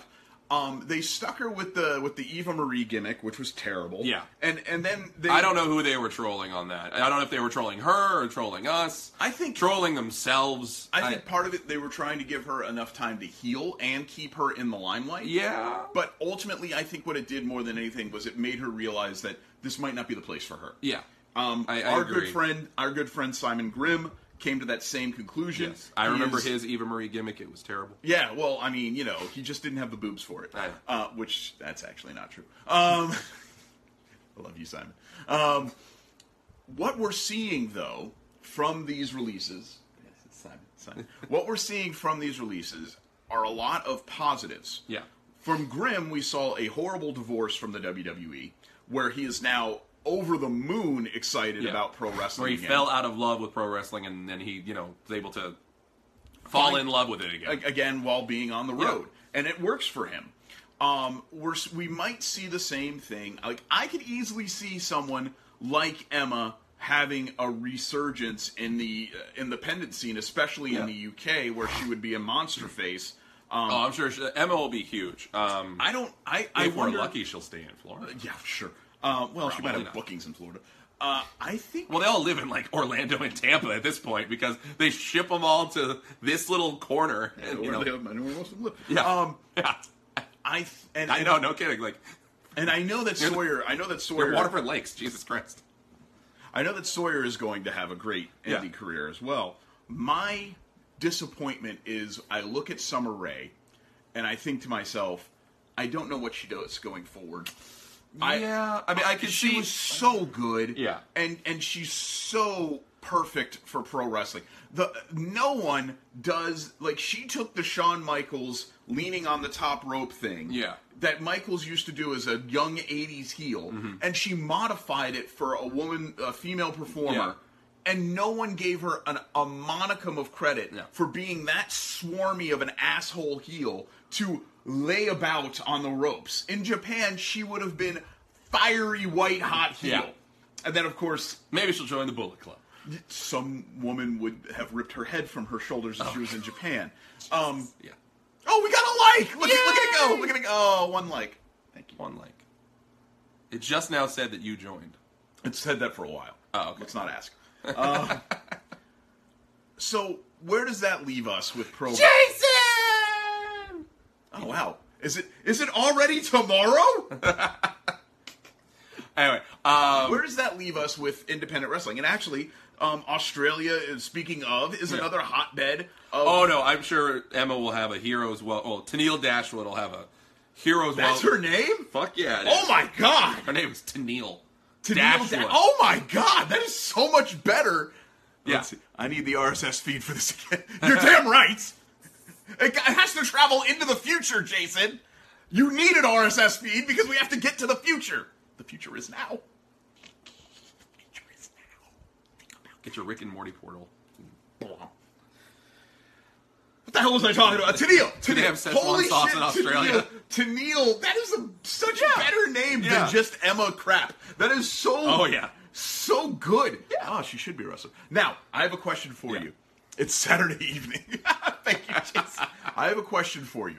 Um, they stuck her with the with the Eva Marie gimmick, which was terrible. Yeah. And and then they, I don't know who they were trolling on that. I don't know if they were trolling her or trolling us. I think- trolling themselves. I think part of it they were trying to give her enough time to heal and keep her in the limelight. yeah. But ultimately, I think what it did more than anything was it made her realize that this might not be the place for her. Yeah. Um, I- I our agree. good friend, our good friend Simon Grimm came to that same conclusion. Yes. I He remember is- his Eva Marie gimmick. It was terrible. Yeah, well, I mean, you know, he just didn't have the boobs for it, I know. uh, which that's actually not true. Um, I love you, Simon. Um, what we're seeing though from these releases, yes, it's Simon, Simon. what we're seeing from these releases are a lot of positives. Yeah. From Grimm, we saw a horrible divorce from the WWE, where he is now over the moon excited Yeah. about pro wrestling. Where he again. fell out of love with pro wrestling, and then he, you know, was able to fall in love with it again. a- again while being on the road, and it works for him. Um, we're s- we might see the same thing. Like I could easily see someone like Emma having a resurgence in the uh, independent scene, especially in the UK, where she would be a monster face. Um, oh, I'm sure she, Emma will be huge. Um, I don't. I I if wonder. we're lucky, she'll stay in Florida. Yeah, sure. Uh, well, she might Probably have not. bookings in Florida. Uh, I think. Well, they all live in like Orlando and Tampa at this point because they ship them all to this little corner. and, you know, Where they- anywhere else to live. yeah, Um, yeah. I th- and, I and- know, no kidding. Like and I know that the- Sawyer. I know that they're Sawyer. Waterford Lakes. Jesus Christ. I know that Sawyer is going to have a great Yeah. indie career as well. My disappointment is I look at Summer Rae and I think to myself, I don't know what she does going forward. I- yeah, I mean, I can uh, she see. was so good. Yeah. And and she's so perfect for pro wrestling. The no one does like she took the Shawn Michaels leaning on the top rope thing. Yeah. That Michaels used to do as a young '80s heel, Mm-hmm. and she modified it for a woman, a female performer, Yeah. and no one gave her an, a monicum of credit Yeah. for being that swarmy of an asshole heel to lay about on the ropes. In Japan, she would have been fiery white hot heel. Yeah. And then, of course, maybe she'll join the Bullet Club. some woman would have ripped her head from her shoulders if she was in Japan. Um, Yeah, oh, we got a like! Look, at- look at it Yay! go! Look at it go! Oh, one like. Thank you. one like. It just now said that you joined. It's said that for a while. Oh, okay. Let's not ask. Uh, so, where does that leave us with pro? Jason. Oh wow. Is it is it already tomorrow? Anyway, um, Where does that leave us with independent wrestling? And actually, um, Australia, is- speaking of, is Yeah. another hotbed. Of, oh no, I'm sure Emma will have a hero's well. Oh, Tennille Dashwood will have a hero's that's well. her name. Fuck yeah! it Oh is. my god, Her name is Tennille. Tennille Dashwood. Da- Oh my god, that is so much better. Yeah. Let's see. I need the RSS feed for this again. You're damn right. It g- it has to travel into the future, Jason. You need an RSS feed because we have to get to the future. The future is now. The future is now. Get your Rick and Morty portal. What the hell was I talking about? Tennille. They have Szechuan sauce in Australia. Tennille. That is a, such a better name Yeah. than just Emma Crap. That is so. Oh, yeah. So good. Yeah. Oh, she should be a wrestler. Now, I have a question for Yeah. you. It's Saturday evening. Thank you, Jason. I have a question for you.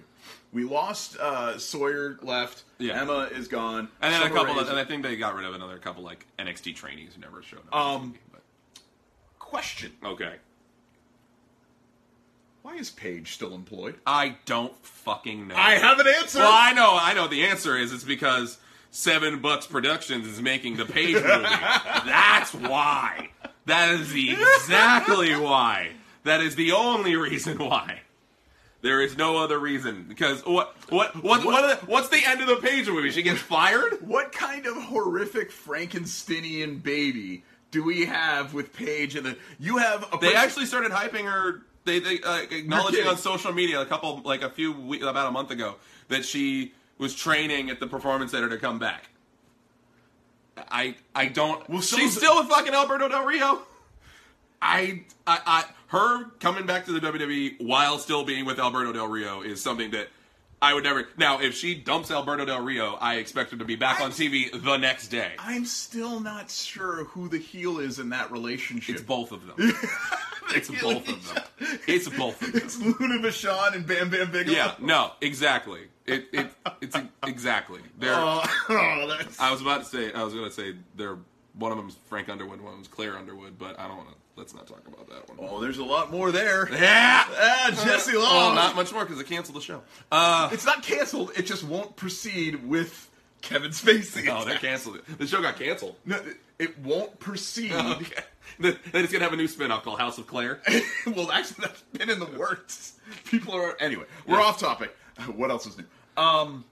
we lost uh, Sawyer left. Yeah. Emma is gone. And then a Summer couple, Rae's- of, and I think they got rid of another couple like NXT trainees who never showed up. Um, but- question: okay, Why is Paige still employed? I don't fucking know. I have an answer. Well, I know, I know. The answer is it's because Seven Bucks Productions is making the Page movie. That's why. That is the- exactly why. That is the only reason why. There is no other reason because what what what, what? are the- what's the end of the Page movie? She gets fired. What kind of horrific Frankensteinian baby do we have with Paige? And the you have a They person- actually started hyping her. They they uh, acknowledging kidding. on social media a couple like a few we- about a month ago that she was training at the performance center to come back. I I don't. Well, some she's of the- still with fucking Alberto Del Rio. I, I I her coming back to the WWE while still being with Alberto Del Rio is something that I would never. Now, if she dumps Alberto Del Rio, I expect her to be back I- on TV the next day. I'm still not sure who the heel is in that relationship. it's both of them. it's both of them. It's both of them. It's Luna Vachon and Bam Bam Bigelow. Yeah, no, exactly. It, it it's e, exactly. They're, Oh, oh, that's. I was about to say I was going to say they're one of them's Frank Underwood, one of them's Claire Underwood, but I don't want to. Let's not talk about that one. oh, there's a lot more there. Yeah, Ah, Jesse Oh, Long. not much more because they canceled the show. Uh, it's not canceled. It just won't proceed with Kevin Spacey. oh, they canceled it. The show got canceled. No, it- it won't proceed. Okay. Then then it's gonna have a new spin-off called House of Claire. well, actually, that's been in the works. People are anyway. We're Yeah. off topic. What else is new? Um,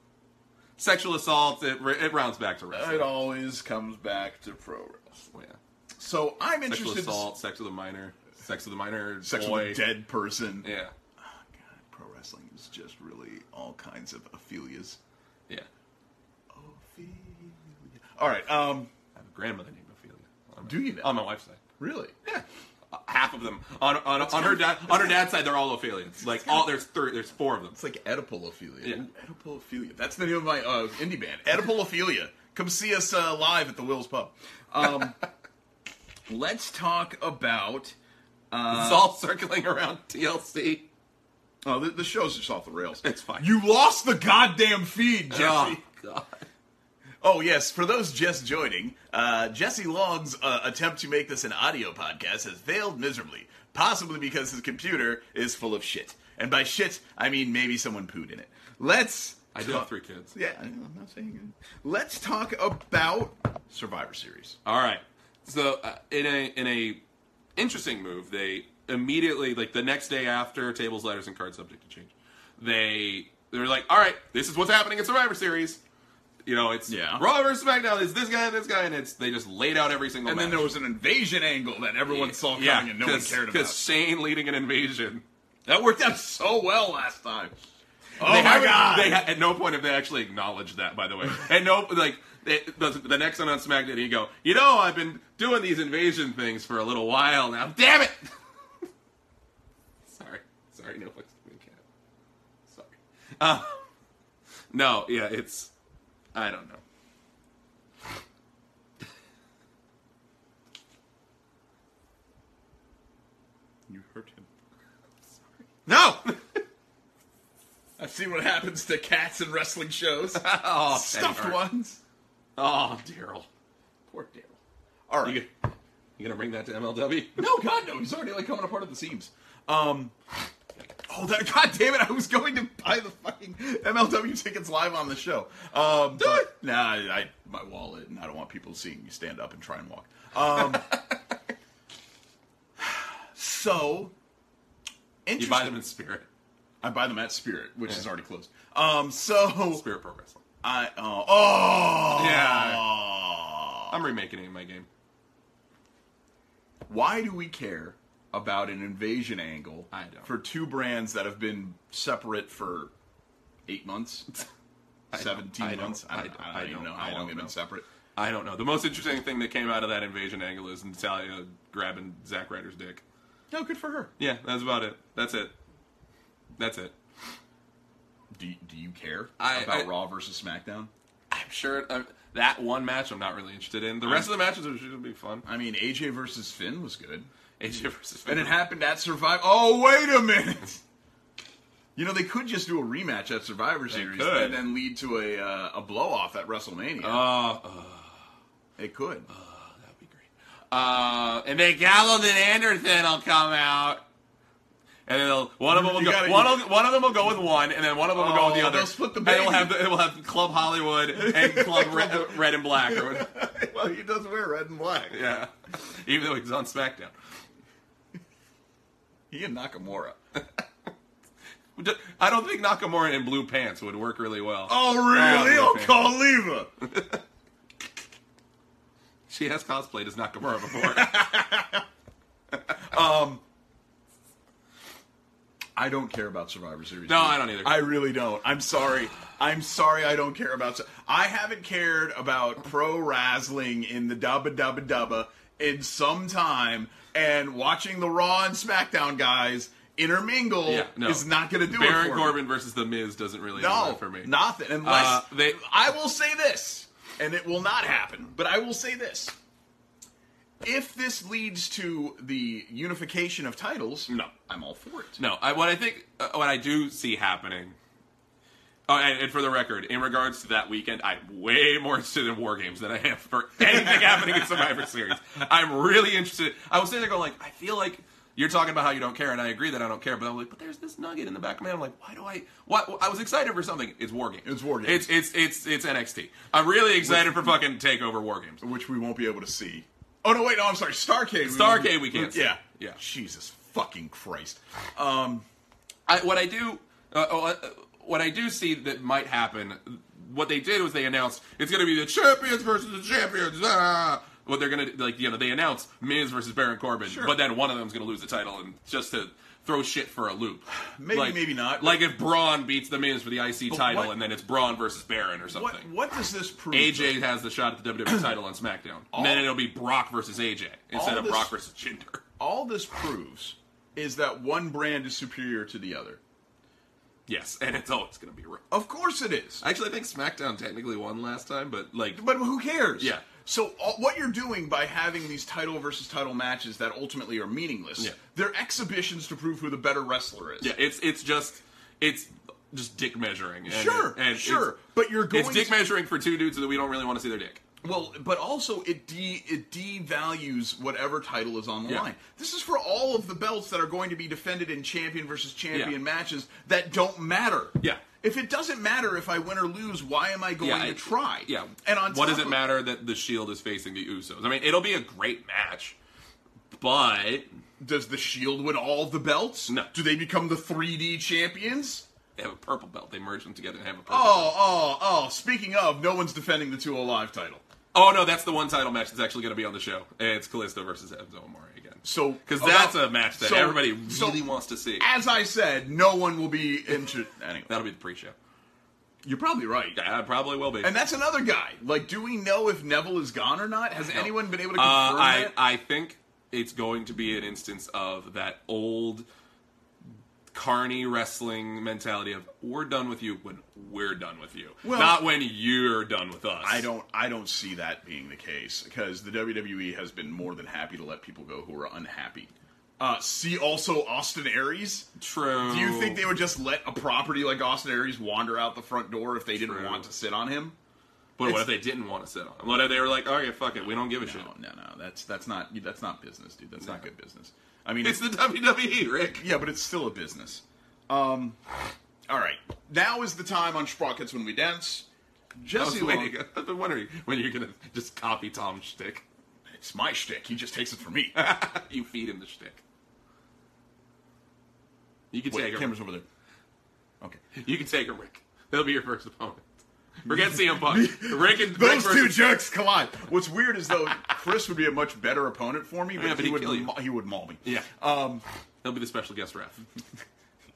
Sexual assault. It, re- it rounds back to it wrestling. always comes back to pro wrestling. Yeah. So I'm Sexual interested. assault. Sex with a minor. Sex with a minor. Sex boy. with a dead person. Yeah. Oh, God, pro wrestling is just really all kinds of aphelias. Yeah. Ophelia. All right. Um, I have a grandmother named Ophelia. On my- Do you now? On my wife's side. really? Yeah. Half of them on on, on her dad on her dad's side they're all Ophelians. Like all there's three there's four of them. It's like Oedipal Ophelia. Yeah. Ooh, Oedipal Ophelia. That's the name of my uh, indie band. Oedipal Ophelia. Come see us uh, live at the Will's Pub. Um, let's talk about. Uh-huh. it's all circling around TLC. Oh, the, the show's just off the rails. It's fine. You lost the goddamn feed, Oh, Jesse. God. Oh yes, for those just joining, uh, Jesse Long's uh, attempt to make this an audio podcast has failed miserably, possibly because his computer is full of shit. And by shit, I mean maybe someone pooed in it. Let's. I do have three kids. Yeah, I know, I'm not saying it. Let's talk about Survivor Series. All right. So uh, in a in a interesting move, they immediately like the next day after tables, letters, and cards subject to change. They they're like, all right, this is what's happening at Survivor Series. You know, it's Yeah. Raw versus SmackDown. It's this guy and this guy, and it's they just laid out every single. And match. then there was an invasion angle that everyone saw coming and no one cared about. because Shane leading an invasion. That worked out so well last time. Oh they my haven't- god! They ha- at no point have they actually acknowledged that, by the way. And no, like it, the, the next one on SmackDown, you go, you know, I've been doing these invasion things for a little while now. Damn it! sorry, sorry, no flex to cat. Sorry. Uh, no, yeah, it's I don't know. you hurt him. No. I've seen what happens to cats in wrestling shows. oh, Stuffed Teddy. ones. Oh, Daryl. Poor Daryl. All You, gonna- you gonna bring that to MLW? No, God, no. He's already like coming apart at the seams. Um. Oh, that, God damn it! I was going to buy the fucking MLW tickets live on the show. Um, Do it! Nah, I, my wallet, and I don't want people seeing me stand up and try and walk. Um. so. You Interesting. buy them in spirit. I buy them at Spirit, which is already closed. Um. So Spirit Pro Wrestling. I. Oh. oh I'm remaking it in my game. why do we care about an invasion angle I don't. for two brands that have been separate for eight months, don't- seventeen I don't- months? I don't, I I don't even don't- know I how don't long they've been know. separate. I don't know. The most interesting thing that came out of that invasion angle is Natalia grabbing Zack Ryder's dick. No, good for her. Yeah, that's about it. That's it. That's it. Do you, do you care I- about I- Raw versus SmackDown? I'm sure i that one match I'm not really interested in. The rest of the matches are should be fun. I mean, AJ versus Finn was good, AJ versus Finn. and it happened at Survivor. Oh, wait a minute! You know, they could just do a rematch at Survivor Series could. and then lead to a uh, a blow off at WrestleMania. Oh, it could. that'd be great. Uh, and then Gallows and Anderson will come out. And then they'll- one of them will You go. gotta- one, will, one of them will go with one, and then one of them will go with the Oh, other. they'll split the and it will baby. have it will have Club Hollywood and Club Red, Red and Black. Or whatever. well, he does wear red and black. Yeah, even though he's on SmackDown. He and Nakamura. I don't think Nakamura in blue pants would work really well. Oh, really? really? Oh, Oh, call Leva. She has cosplayed as Nakamura before. I don't care about Survivor Series. No, I don't either. I really don't. I'm sorry. I'm sorry. I don't care about. I haven't cared about pro wrestling in the dubba dubba dubba in some time, and watching the Raw and SmackDown guys intermingle Yeah, no. is not going to do it Baron for me. Corbin versus The Miz doesn't really do No, that for me. nothing. Unless Uh, they- I will say this, and it will not happen. But I will say this: if this leads to the unification of titles, No. I'm all for it. No, I, what I think, uh, what I do see happening. Oh, and, and for the record, in regards to that weekend, I'm way more interested in War Games than I am for anything happening in Survivor Series. I'm really interested. I was sitting there going, like, I feel like you're talking about how you don't care, and I agree that I don't care, but I'm like, but there's this nugget in the back of my head. I'm like, why do I? What? I was excited for something. It's War Games. It's War Games. It's it's it's it's NXT. I'm really excited for fucking Takeover War Games. Which we won't be able to see. Oh no! Wait, no. I'm sorry. Starcade. Starcade won't we can't see. Yeah, Yeah. Jesus fucking Christ. Um, I, what I do, uh, uh, what I do see that might happen, what they did was they announced it's going to be the champions versus the champions. Ah! What they're going to like, you know, they announce Miz versus Baron Corbin, Sure. but then one of them's going to lose the title, and just to throw shit for a loop. Maybe, like, maybe not. Like if Braun beats the Miz for the IC title, what- and then it's Braun versus Baron or what something. What does this prove? AJ has the shot at the WWE title on SmackDown, and then All- it'll be Brock versus AJ instead all of this- Brock versus Jinder. All this proves is that one brand is superior to the other. Yes, and it's always going to be wrong. Of course it is. Actually, I think SmackDown technically won last time, but like But who cares? Yeah. So all, what you're doing by having these title versus title matches that ultimately are meaningless, Yeah. they're exhibitions to prove who the better wrestler is. Yeah, it's it's just it's just dick measuring. And Sure, and sure. it's- But you're going it's dick to- measuring for two dudes that we don't really want to see their dick. Well, but also it de- it devalues whatever title is on the Yeah. line. This is for all of the belts that are going to be defended in champion versus champion Yeah. matches that don't matter. Yeah. If it doesn't matter if I win or lose, why am I going I- to try? Yeah. And on what top does it of- matter that the Shield is facing the Usos? I mean, it'll be a great match, but Does the Shield win all of the belts? No. Do they become the 3D champions? they have a purple belt. They merge them together and have a purple. Oh, belt. oh, oh! Speaking of, no one's defending the 2 Alive title. oh no, that's the one title match that's actually going to be on the show. It's Callisto versus Enzo Amore again. So, because about- that's a match that so- everybody so, really wants to see. As I said, no one will be injured. Anyway, That'll be the pre-show. you're probably right. Yeah, I probably will be. And that's another guy. Like, do we know if Neville is gone or not? Has anyone been able to Uh, confirm I, that? I think it's going to be an instance of that old carny wrestling mentality of we're done with you when we're done with you, Well- not when you're done with us. I don't. I don't see that being the case because the WWE has been more than happy to let people go who are unhappy. Uh, see also Austin Aries. True. Do you think they would just let a property like Austin Aries wander out the front door if they didn't True. want to sit on him? But what if they didn't want to sit on? Him? What if they were like, "Oh yeah, fuck it, we don't give a shit." Oh, No, no, no. That's that's not that's not business, dude. That's not No. good business. I mean, It's the WWE, Rick. Yeah, but it's still a business. Um, all right. Now is the time on Sprockets when we dance. I was Jesse Long, waiting. I've been wondering when you're gonna just copy Tom's shtick. it's my shtick. He just takes it from me. you feed him the shtick. You can Wait, take the it. camera's over there. Okay. You can take him, Rick. They'll be your first opponent. Forget CM Punk. Rick and Rick Those versus- two jerks collide. What's weird is though Chris would be a much better opponent for me, but, but he, he'd would kill you. ma- he would maul me. Yeah. Um, He'll be the special guest ref.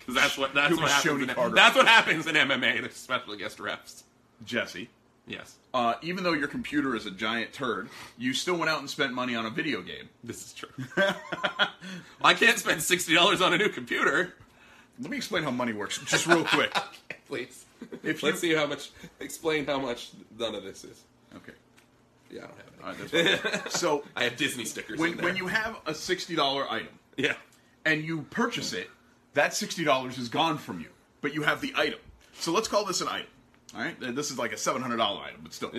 Because that's what that's He'll be what happens. Shoney In, Carter. that's what happens in MMA. There's special guest refs. Jesse, Yes, uh, even though your computer is a giant turd, you still went out and spent money on a video game. this is true. I can't spend sixty dollars on a new computer. Let me explain how money works, just real quick. Please, If let's you- see how much. Explain how much none of this is. okay. Yeah, I don't have any. All right, that's fine. so I have Disney stickers. in when there. when you have a sixty dollar item yeah, and you purchase it, that sixty dollars is gone from you. but you have the item. So let's call this an item. All right, this is like a seven hundred dollar item, but still,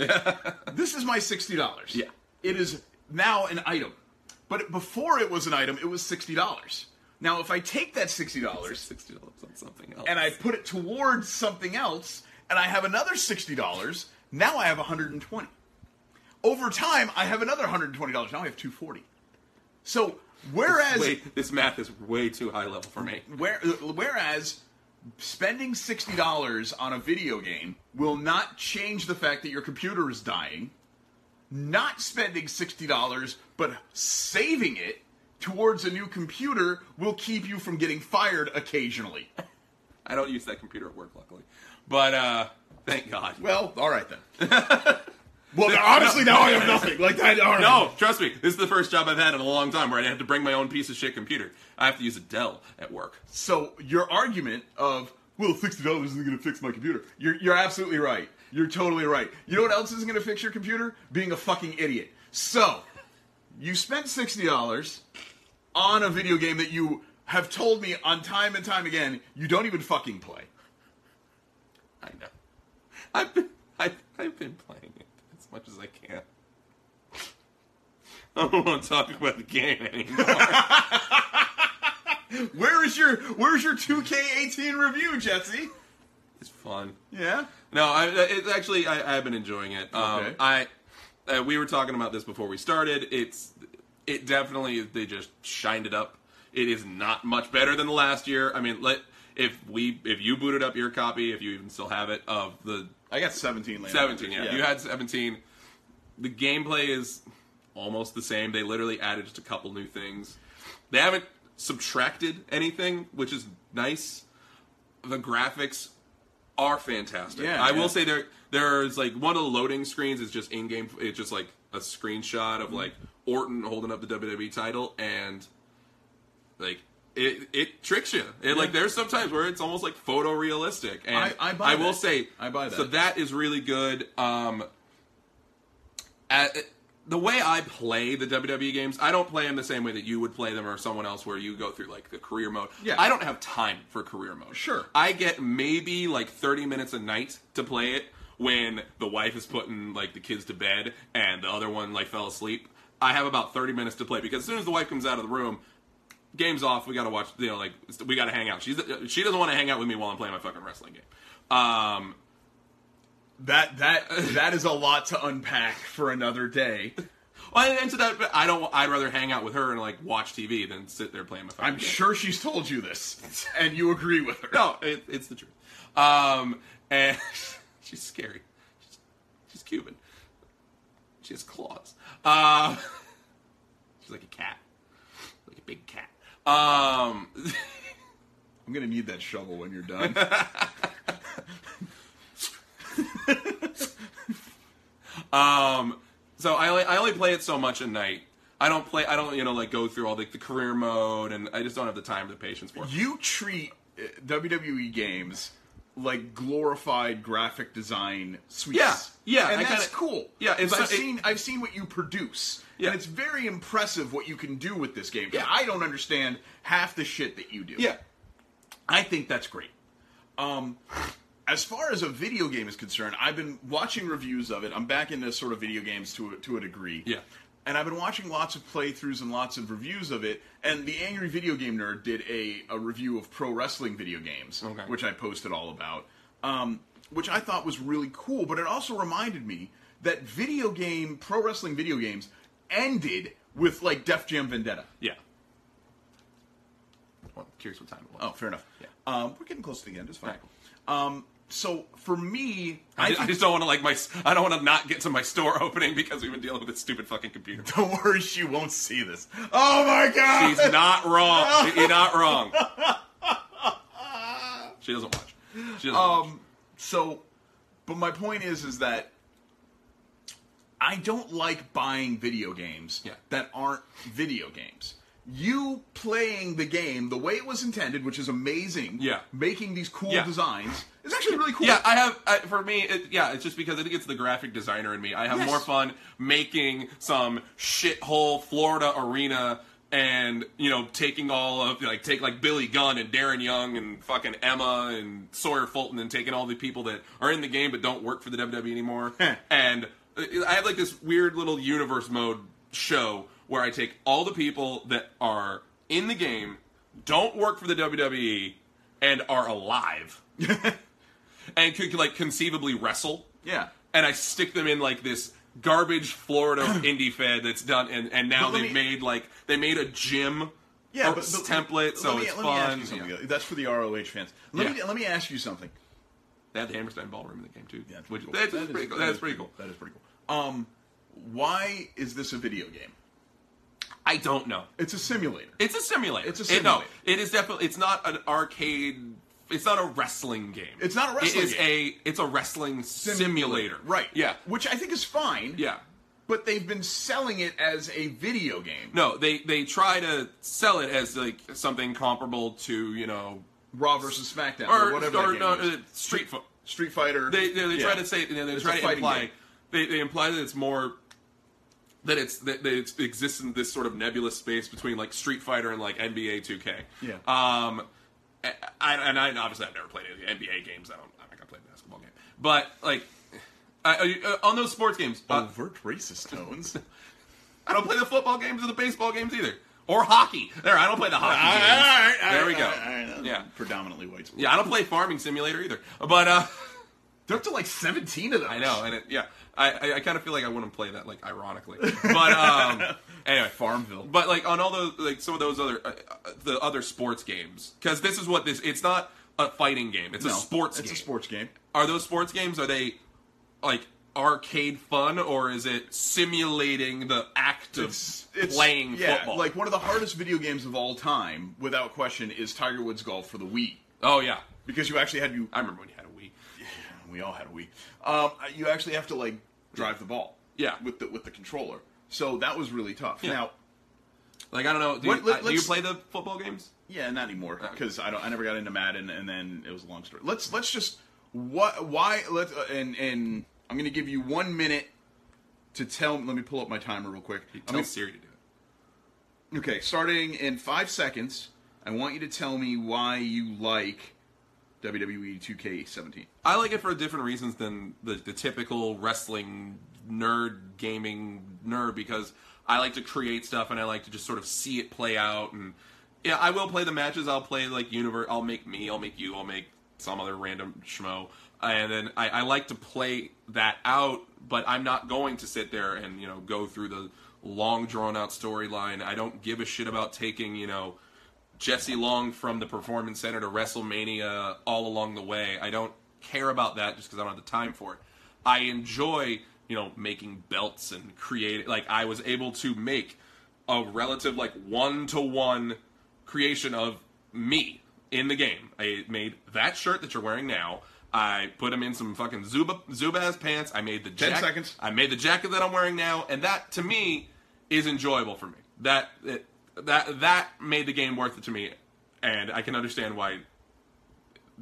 this is my sixty dollars. Yeah. it is now an item, but it- before it was an item, it was sixty dollars. Now, if I take that sixty dollars sixty dollars on something else. and I put it towards something else, and I have another sixty dollars. Now I have one hundred and twenty. Over time, I have another one hundred and twenty dollars. Now I have two forty. So whereas Wait, this math is way too high level for me. where, whereas spending sixty dollars on a video game will not change the fact that your computer is dying. Not spending sixty dollars, but saving it towards a new computer will keep you from getting fired occasionally. I don't use that computer at work, luckily. But uh, thank God. Well, all right then. well, now, honestly, now I have nothing. Like that. All right. No, trust me. This is the first job I've had in a long time where I have to bring my own piece of shit computer. I have to use a Dell at work. So your argument of well, sixty dollars isn't going to fix my computer. You're you're absolutely right. You're totally right. You know what else isn't going to fix your computer? Being a fucking idiot. So you spent sixty dollars on a video game that you have told me on time and time again you don't even fucking play. I know. I've been I've, I've been playing it as much as I can. I don't want to talk about the game anymore. Where is your Where's your two K eighteen review, Jesse? it's fun. Yeah. No, I, it's actually I, I've been enjoying it. Um, Okay. I uh, we were talking about this before we started. It's it definitely they just shined it up. It is not much better than the last year. I mean, let if we if you booted up your copy, if you even still have it of the I got seventeen. later. seventeen, yeah, you had seventeen. The gameplay is almost the same. They literally added just a couple new things. They haven't subtracted anything, which is nice. The graphics are fantastic. Yeah, I yeah. will say there there's like one of the loading screens is just in game. It's just like a screenshot of like Orton holding up the WWE title, and like it it tricks you. It, Like there's sometimes where it's almost like photorealistic, and I- I buy will that. say I buy So that. that is really good. Um, at, the way I play the WWE games, I don't play them the same way that you would play them or someone else where you go through like the career mode. Yeah. I don't have time for career mode. Sure. I get maybe like 30 minutes a night to play it when the wife is putting like the kids to bed and the other one like fell asleep. I have about 30 minutes to play because as soon as the wife comes out of the room, game's off. We got to watch, you know, like we got to hang out. She's she doesn't want to hang out with me while I'm playing my fucking wrestling game. Um That that that is a lot to unpack for another day. well, and- and to that, I don't. I'd rather hang out with her and like watch TV than sit there playing my. Fucking I'm game. sure she's told you this, and you agree with her. No, it, it's the truth. Um, and she's scary. She's, she's Cuban. She has claws. Um, she's like a cat, like a big cat. Um, I'm gonna need that shovel when you're done. um, so I only, I only play it so much a night. I don't play. I don't you know like go through all like the career mode, and I just don't have the time, or the patience for it. you treat uh, WWE games like glorified graphic design suites. Yeah, yeah, and I that's kinda- cool. yeah, it's- I've it- seen I've seen what you produce, Yeah. and it's very impressive what you can do with this game. 'cause Yeah. I don't understand half the shit that you do. Yeah, I think that's great. Um, as far as a video game is concerned, I've been watching reviews of it. I'm back into sort of video games to a, to a degree. Yeah. And I've been watching lots of playthroughs and lots of reviews of it. And the Angry Video Game Nerd did a, a review of pro wrestling video games, Okay. which I posted all about, um, which I thought was really cool. But it also reminded me that video game, pro wrestling video games, ended with like Def Jam Vendetta. yeah. Well, I'm curious what time it was. Oh, fair enough. Yeah. Um, we're getting close to the end. It's fine. Right. Um, so for me, I, I, ju- I think, just don't want to like my. s- I don't want to not get to my store opening because we've been dealing with this stupid fucking computer. don't worry, she won't see this. Oh my god! She's not wrong. You're not wrong. She doesn't watch. She doesn't. watch. Um, so, but my point is, is that I don't like buying video games Yeah. that aren't video games. You playing the game the way it was intended, which is amazing. Yeah. Making these cool Yeah. designs is actually really cool. Yeah, I have. I, for me, it, yeah, it's just because I think it's the graphic designer in me. I have Yes. more fun making some shithole Florida arena and you know taking all of like take like Billy Gunn and Darren Young and fucking Emma and Sawyer Fulton and taking all the people that are in the game but don't work for the WWE anymore. and uh, I have like this weird little universe mode show where I take all the people that are in the game, don't work for the WWE, and are alive, and could like conceivably wrestle Yeah. and I stick them in like this garbage Florida indie fed that's done, and, and now But let they've me- made like they made a gym yeah, or but, but template, so let me, it's let me ask fun. you something. yeah. That's for the ROH fans. Let me Yeah. let me ask you something. They have the Hammerstein Ballroom in the game too, Yeah, that's which pretty cool. that's That is- pretty cool. that That's is pretty cool. That is pretty cool. Um, why is this a video game? I don't know. It's a simulator. It's a simulator. It's a It- no, simulator. it is definitely. It's not an arcade. It's not a wrestling game. It's not a It wrestling is a. It's a wrestling simulator. Right. Yeah. Which I think is fine. Yeah. But they've been selling it as a video game. No, they they try to sell it as like something comparable to you know Raw versus SmackDown or, or, whatever or that game no, is. uh, Street Fighter. Street Fighter. they they, they Yeah. try to say they, they It's try a to fighting imply game. they, they imply that it's more that it's that, that it exists in this sort of nebulous space between like Street Fighter and like NBA 2K. Yeah. Um, I, I, and I obviously I've never played any of the NBA games. I don't. I'm not gonna play a basketball game. But like, I, I- on those sports games, uh, overt racist tones. I don't play the football games or the baseball games either, or hockey. There, I don't play the hockey games. there we go. yeah. Predominantly white. Sport. Yeah, I don't play Farming Simulator either. But uh. They're up to like 17 of them. I know, and it, yeah, I, I, I kind of feel like I wouldn't play that like ironically, but um, anyway, Farmville. But like on all those, like some of those other uh, uh, the other sports games, because this is what this. It's not a fighting game. It's a No, sports. It's game. a sports game. Are those sports games? Are they like arcade fun, or is it simulating the act of playing yeah, football? Like one of the hardest video games of all time, without question, is Tiger Woods Golf for the Wii. oh yeah, Because you actually had you, I remember when you had a Wii. we all had a Wii. Um, you actually have to like drive the ball. Yeah. With the with the controller. So that was really tough. Yeah. Now, Like I don't know. Do, What- you, let- uh, do you let's- play the football games? yeah, not anymore Uh, because I don't. I never got into Madden, and then it was a long story. Let's let's just what why let's uh, and and I'm gonna give you one minute to tell. Let me pull up my timer real quick. I'm Tell gonna- Siri to do it. Okay, starting in five seconds, I want you to tell me why you like E WWE 2K17. I like it for different reasons than the, the typical wrestling nerd gaming nerd because I like to create stuff and I like to just sort of see it play out and yeah, I will play the matches. I'll play like universe. I'll make me. I'll make you. I'll make some other random schmo. And then I, I like to play that out, but I'm not going to sit there and you know go through the long drawn out storyline. I don't give a shit about taking you know Jesse Long from the Performance Center to WrestleMania all along the way. I don't care about that just because I don't have the time for it. I enjoy, you know, making belts and creating. Like I was able to make a relative like one to one creation of me in the game. I made that shirt that you're wearing now. I put him in some fucking Zuba Zubaz pants. I made the Ten jack- seconds. I made the jacket that I'm wearing now, and that to me is enjoyable for me. That it, that that made the game worth it to me, and I can understand why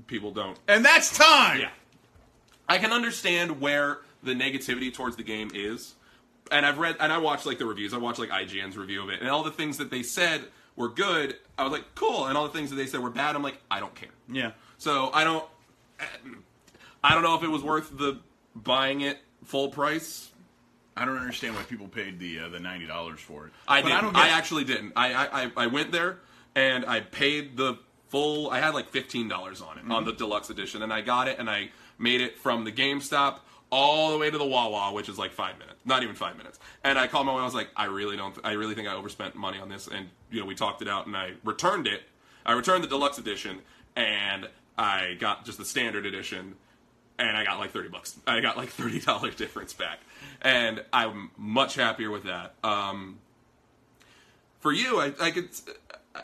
people don't. And that's time! Yeah, I can understand where the negativity towards the game is, and I've read and I watched like the reviews. I watched like IGN's review of it, and all the things that they said were good. I was like, cool, and all the things that they said were bad. I'm like, I don't care. Yeah. So I don't, I don't know if it was worth the buying it full price. I don't understand why people paid the uh, the $90 for it. I But didn't. I, don't get it. actually didn't. I, I I- I went there and I paid the full. I had like fifteen dollars on it on the Mm-hmm. deluxe edition, and I got it and I made it from the GameStop all the way to the Wawa, which is like five minutes, not even five minutes. And I called my wife. I was like, I really don't. I really think I overspent money on this. And you know, we talked it out, and I returned it. I returned the deluxe edition, and I got just the standard edition and I got like thirty bucks. I got like thirty dollar difference back, and I'm much happier with that. Um, for you, I, I could. I-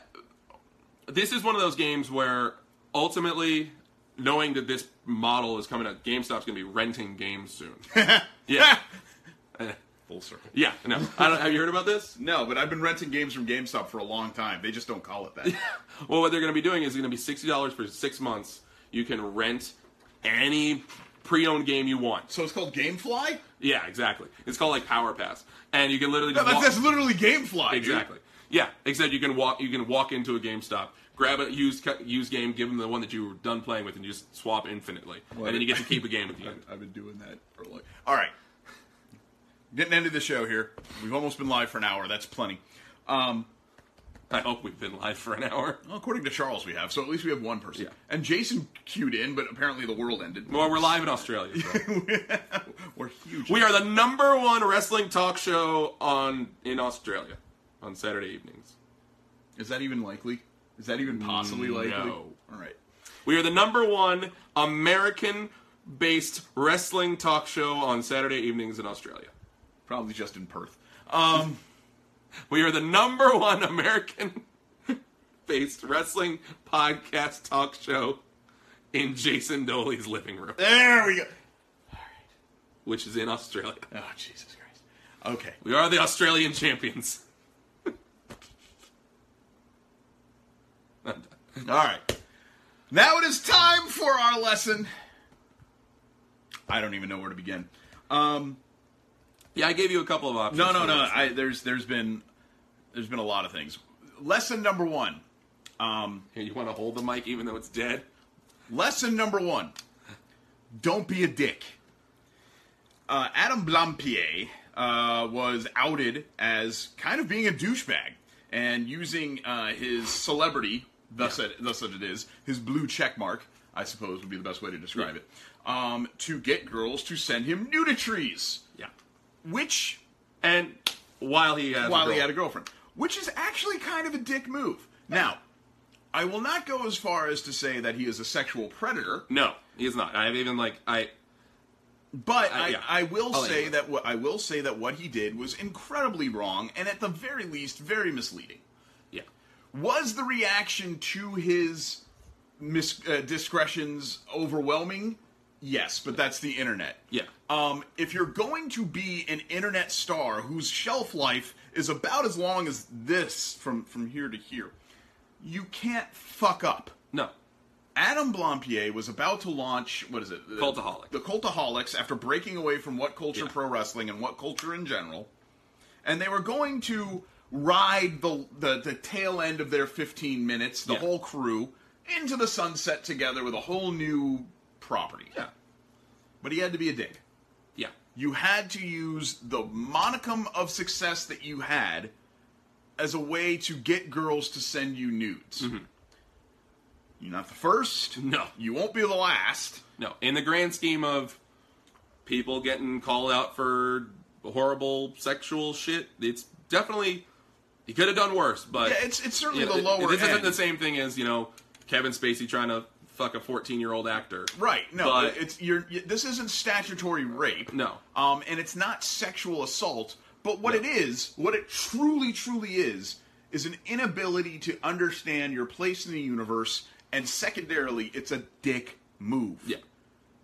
this is one of those games where ultimately, knowing that this model is coming up, GameStop's going to be renting games soon. yeah, Full circle. yeah. No, I don't, have you heard about this? No, but I've been renting games from GameStop for a long time. They just don't call it that. Well, what they're going to be doing is going to be sixty dollars for six months. You can rent any pre-owned game you want. so it's called Gamefly? Yeah, exactly. It's called like Power Pass, and you can literally just That's, walk- that's literally Gamefly. dude. Exactly. Yeah, except you can walk. You can walk into a GameStop, grab a used cu- used game, give them the one that you were done playing with, and you just swap infinitely, and then you get to keep a game at the end. I've been doing that for like. All right, getting into the show here. We've almost been live for an hour. That's plenty. Um, I hope we've been live for an hour. well, according to Charles, we have so at least we have one person. Yeah. And Jason queued in, but apparently the world ended. Well, we're live in Australia. so. We're huge. we are the number one wrestling talk show on in Australia on Saturday evenings. Is that even likely? Is that even possibly likely? Mm, No. All right. We are the number one American based wrestling talk show on Saturday evenings in Australia. Probably just in Perth. We are the number one American based wrestling podcast talk show in Jason Doley's living room, There we go. which is in Australia. Oh Jesus Christ. Okay. We are the Australian champions. All right. Now it is time for our lesson. I don't even know where to begin. Um, Yeah, I gave you a couple of options. no, no, no. I, there's there's been there's been a lot of things. Lesson number one. Here, you want to hold the mic even though it's dead? Lesson number one. Don't be a dick. Uh, Adam Blampier uh, was outed as kind of being a douchebag and using uh, his celebrity, thus, it, thus that it is, his blue check mark, I suppose would be the best way to describe Yeah. it, um, to get girls to send him nudities, Yeah. which And while he has while a he girl- had a girlfriend, which is actually kind of a dick move. Now, I will not go as far as to say that he is a sexual predator. No, he is not. I've even like I But I- I, yeah. I will I'll let say you. that what I will say that what he did was incredibly wrong and at the very least very misleading. yeah. Was the reaction to his mis- uh, discretions overwhelming? Yes, but that's the internet. Yeah. Um, if you're going to be an internet star whose shelf life is about as long as this from from here to here, you can't fuck up. No. Adam Blompier was about to launch what is it? The- Cultaholic. The Cultaholics after breaking away from what culture Yeah. pro wrestling and what culture in general, and they were going to ride the the, the tail end of their 15 minutes, the Yeah. whole crew into the sunset together with a whole new property. Yeah. But he had to be a dick. Yeah. You had to use the monicum of success that you had as a way to get girls to send you nudes. You're not the first. Mm-hmm. No. You won't be the last. No. In the grand scheme of people getting called out for horrible sexual shit, it's definitely he could have done worse, but Yeah, it's it's certainly you know, the lower this isn't end. the same thing as, you know, Kevin Spacey trying to fuck a 14-year-old actor. Right. No, But- it's you're, you this isn't statutory rape. No. Um and it's not sexual assault, but what it is, what it truly truly is is an inability to understand your place in the universe and secondarily it's a dick move. Yeah.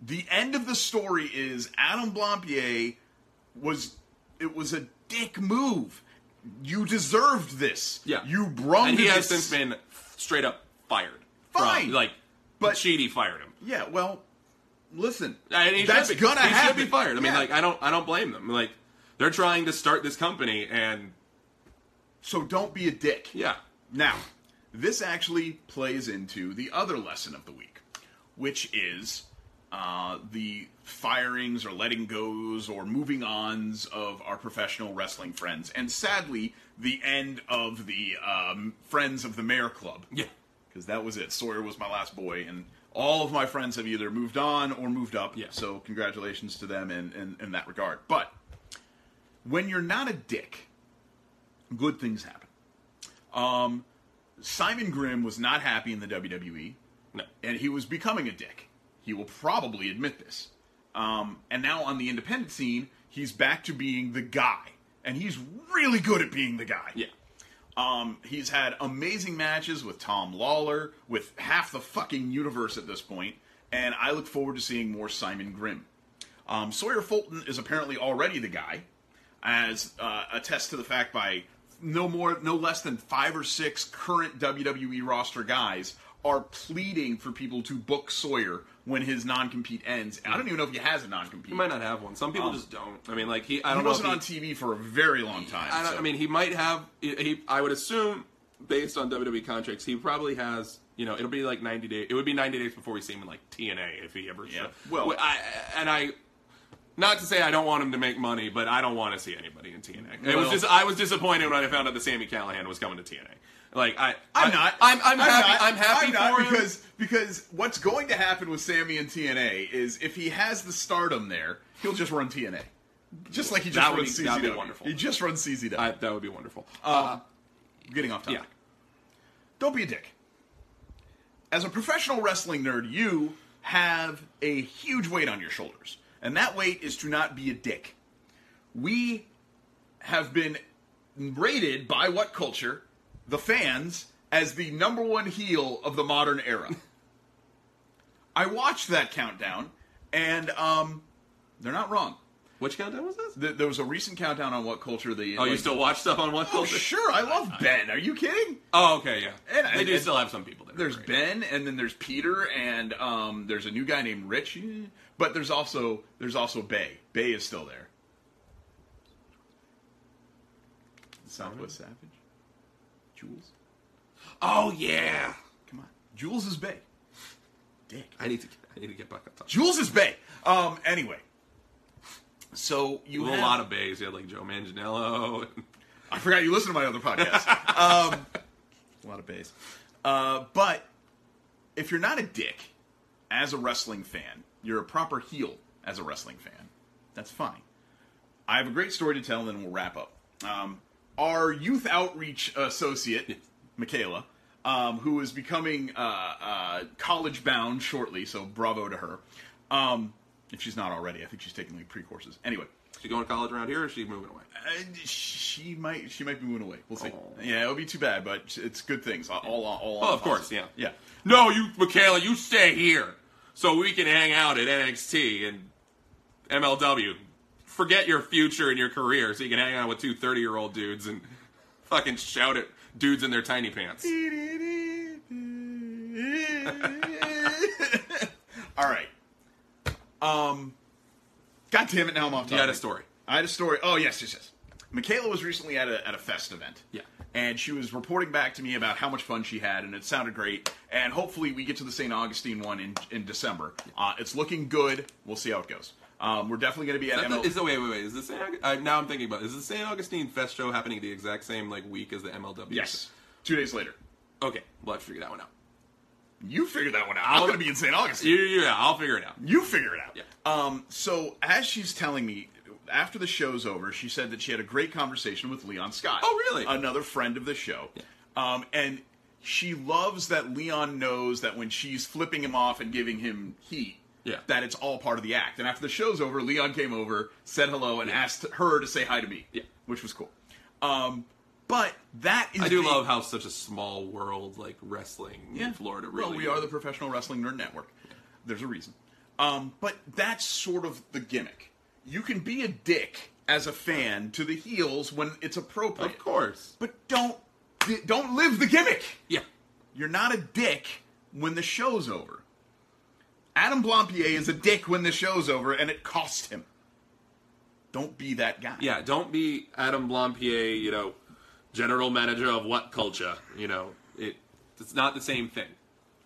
the end of the story is Adam Blompier was it was a dick move. You deserved this. Yeah. You brung And he has this. since been straight up fired. Fine. From- like But- Sheedy fired him. Yeah, well, listen. And he that's should be, gonna he happen. should be fired. I mean, Yeah. like I don't, I don't blame them. Like they're trying to start this company, and so don't be a dick. yeah, Now, this actually plays into the other lesson of the week, which is uh, the firings or letting goes or moving ons of our professional wrestling friends, and sadly, the end of the um, Friends of the Mayor Club. yeah, Because that was it. Sawyer was my last boy, and all of my friends have either moved on or moved up. Yeah. So, congratulations to them in, in, in that regard. But when you're not a dick, good things happen. Um, Simon Grimm was not happy in the WWE, no, and he was becoming a dick. He will probably admit this. Um, and now on the independent scene, he's back to being the guy, and he's really good at being the guy. yeah, Um, he's had amazing matches with Tom Lawler, with half the fucking universe at this point, and I look forward to seeing more Simon Grimm. Um, Sawyer Fulton is apparently already the guy, as uh, attest to the fact by no more, no less than five or six current WWE E roster guys are pleading for people to book Sawyer when his non compete ends. And I don't even know if he has a non compete. He might not have one. Some people just don't. I mean, like he. I don't Oh. He know. if wasn't on TV for a very long time. I, don't, so- I mean, he might have. He, he- I would assume, based on WWE contracts, he probably has. You know, it'll be like ninety days. It would be ninety days before we see him in like TNA if he ever. Yeah. Well, Well- I, and I. Not to say I don't want him to make money, but I don't want to see anybody in TNA. It was Well- just I was disappointed when I found out that Sammy Callahan was coming to TNA. Like I, I'm not. I'm, I'm, happy. not. I'm happy I'm not for him. because because what's going to happen with Sammy and TNA is if he has the stardom there, he'll just run TNA, just like he just That would runs be- CZW. that'd be wonderful. He just runs CZW. I, that would be wonderful. Uh, Getting off topic. yeah. Don't be a dick. As a professional wrestling nerd, you have a huge weight on your shoulders, and that weight is to not be a dick. We have been rated by what culture? The fans as the number one heel of the modern era. I watched that countdown, and um, they're not wrong. Which countdown was this? Th- There was a recent countdown on what culture the Oh, you still watch stuff on One Oh, Culture? sure, I love Ben. Are you kidding? Oh, okay, yeah. And I- they do and- still have some people. That are There's great. Ben, and then there's Peter, and um, there's a new guy named Rich. eh, But there's also there's also Bay. Bay is still there. Southwest Savage, Jules. Oh yeah. Come on, Jules is Bay. Dick. I need to. I need to get back on top. Jules is Bay. Um. Anyway. So you There were have, a lot of bays. You had like Joe Manganiello. I forgot you listened to my other podcast. um, a lot of bass. Uh, but if you're not a dick as a wrestling fan, you're a proper heel as a wrestling fan. That's fine. I have a great story to tell, and then we'll wrap up. Um, our youth outreach associate, Michaela, um, who is becoming uh, uh, college bound shortly, so bravo to her. Um, if she's not already, I think she's taking like pre courses. Anyway, she going to college around here, or is she moving away? uh, she might she might be moving away. We'll see. Oh. Yeah, it would be too bad, but it's good things. All, all, all Oh, of course, yeah. yeah. No, you, Michaela, you stay here so we can hang out at NXT and MLW. Forget your future and your career so you can hang out with two 30 year old dudes and fucking shout at dudes in their tiny pants. all right. Um. God damn it! Now I'm off. You had a topic. story. I had a story. Oh yes, yes, yes. Michaela was recently at a at a fest event. Yeah. And she was reporting back to me about how much fun she had, and it sounded great. And hopefully, we get to the St. Augustine one in in December. Uh, it's looking good. We'll see how it goes. Um, we're definitely going to be at Is that ML. the, is the wait wait wait is the San Aug- I, now I'm thinking about it. is the San Augustine Fest show happening the exact same like week as the MLW? yes, two days later. Okay, we'll have to figure that one out. You figure that one out. I'm I'll- going to be in St. Augustine. Yeah, yeah, yeah, I'll figure it out. You figure it out. Yeah. Um, so as she's telling me, after the show's over, she said that she had a great conversation with Leon Scott. Oh, really? Another friend of the show. Um, and she loves that Leon knows that when she's flipping him off and giving him heat, Yeah. that it's all part of the act. And after the show's over, Leon came over, said hello, and asked her to say hi to me. Yeah. Which was cool. Um, but that is I do being- love how such a small world like wrestling in Florida really. well, we are the Professional Wrestling Nerd Network. There's a reason. Um, but that's sort of the gimmick. You can be a dick as a fan to the heels when it's appropriate. of course. But don't don't live the gimmick. Yeah. You're not a dick when the show's over. Adam Blompier is a dick when the show's over, and it cost him. Don't be that guy. Yeah, don't be Adam Blompier, you know, general manager of what culture, you know. It it's not the same thing.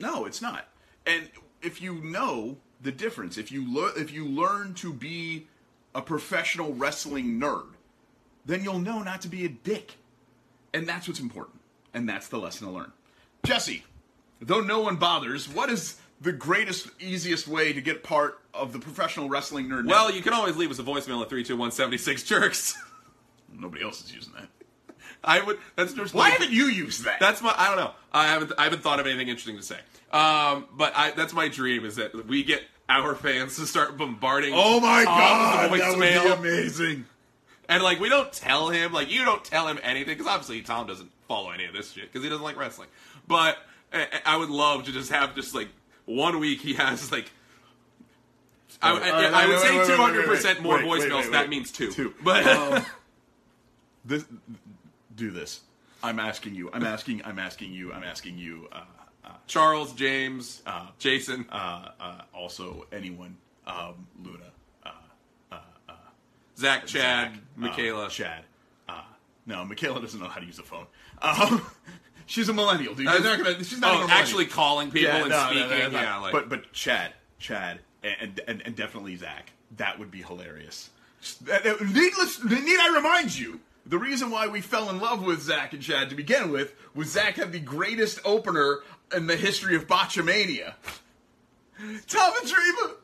No, it's not. And if you know the difference, if you lear if you learn to be a professional wrestling nerd, then you'll know not to be a dick. And that's what's important. And that's the lesson to learn. Jesse, though no one bothers, what is the greatest, easiest way to get part of the professional wrestling nerd? Well, network? you can always leave us a voicemail at 32176 jerks. nobody else is using that. I would that's just Why haven't you used that? That's my. I don't know. I haven't. I haven't thought of anything interesting to say. Um, but I, that's my dream is that we get our fans to start bombarding. oh my Tom god, with that would voicemail. be amazing. And like we don't tell him, like you don't tell him anything, because obviously Tom doesn't follow any of this shit because he doesn't like wrestling. But I, I would love to just have just like one week he has like. I, I, All right, I wait, would wait, say wait, wait, two hundred wait, percent wait, more wait, wait, voicemails. wait. That means two. Two. Um, But this do this i'm asking you i'm asking i'm asking you i'm asking you uh, uh, Charles, James, Jason. Uh, uh, also, anyone, um, Luna, uh, Zach, Chad, Zach, Michaela. uh, Chad. Uh, no, Michaela doesn't know how to use a phone. Um, she's a millennial, dude. You're not gonna- she's not oh, even a millennial. actually calling people and speaking. yeah, like, but but Chad, Chad, and and, and definitely Zach. That would be hilarious. That- that- Needless, need I remind you, the reason why we fell in love with Zach and Chad to begin with was Zach had the greatest opener in the history of Botchamania. Tom and Dreamer,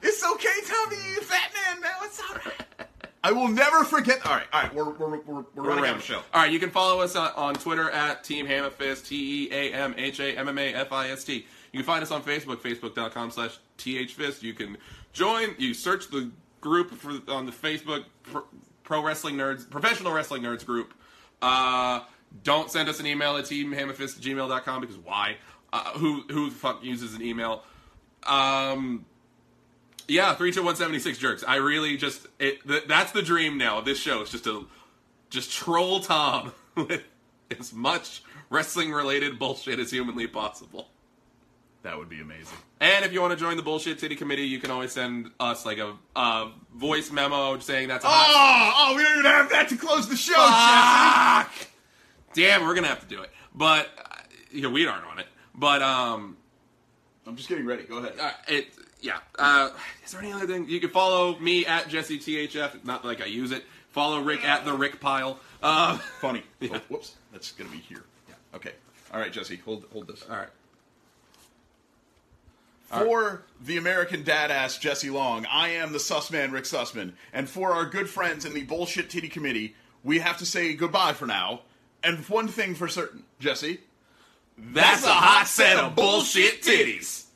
it's okay, Tommy, you fat man. Now it's all right. I will never forget. All right, all right, we're we're we're, we're running out of show. All right, you can follow us on, on Twitter at Team Hammerfist, T E A M H A M M A F I S T. You can find us on Facebook, facebook.com slash THFist. You can join, you search the group for, on the Facebook Pro, Pro Wrestling Nerds, Professional Wrestling Nerds group. Uh, don't send us an email at teamhammerfist gmail.com because why? Uh, who, who the fuck uses an email? Um, yeah, three two one seventy six jerks. I really just it. Th- that's the dream now of this show. It's just to just troll Tom with as much wrestling related bullshit as humanly possible. That would be amazing. And if you want to join the bullshit titty committee, you can always send us like a, a voice memo saying that's a hot Oh, oh, we don't even have that to close the show. Fuck! Damn, we're gonna have to do it. But uh, you know, we aren't on it. But um, I'm just getting ready. Go ahead. uh, it yeah. Uh, is there any other thing you can follow me at Jesse THF? Not like I use it. Follow Rick at the Rick Pile. Uh, Funny. Oh, whoops. That's gonna be here. Okay. All right, Jesse. Hold hold this. all right. For the American dad ass Jesse Long, I am the Sussman Rick Sussman, and for our good friends in the bullshit titty committee, we have to say goodbye for now. And one thing for certain, Jesse. That's a hot set of bullshit titties.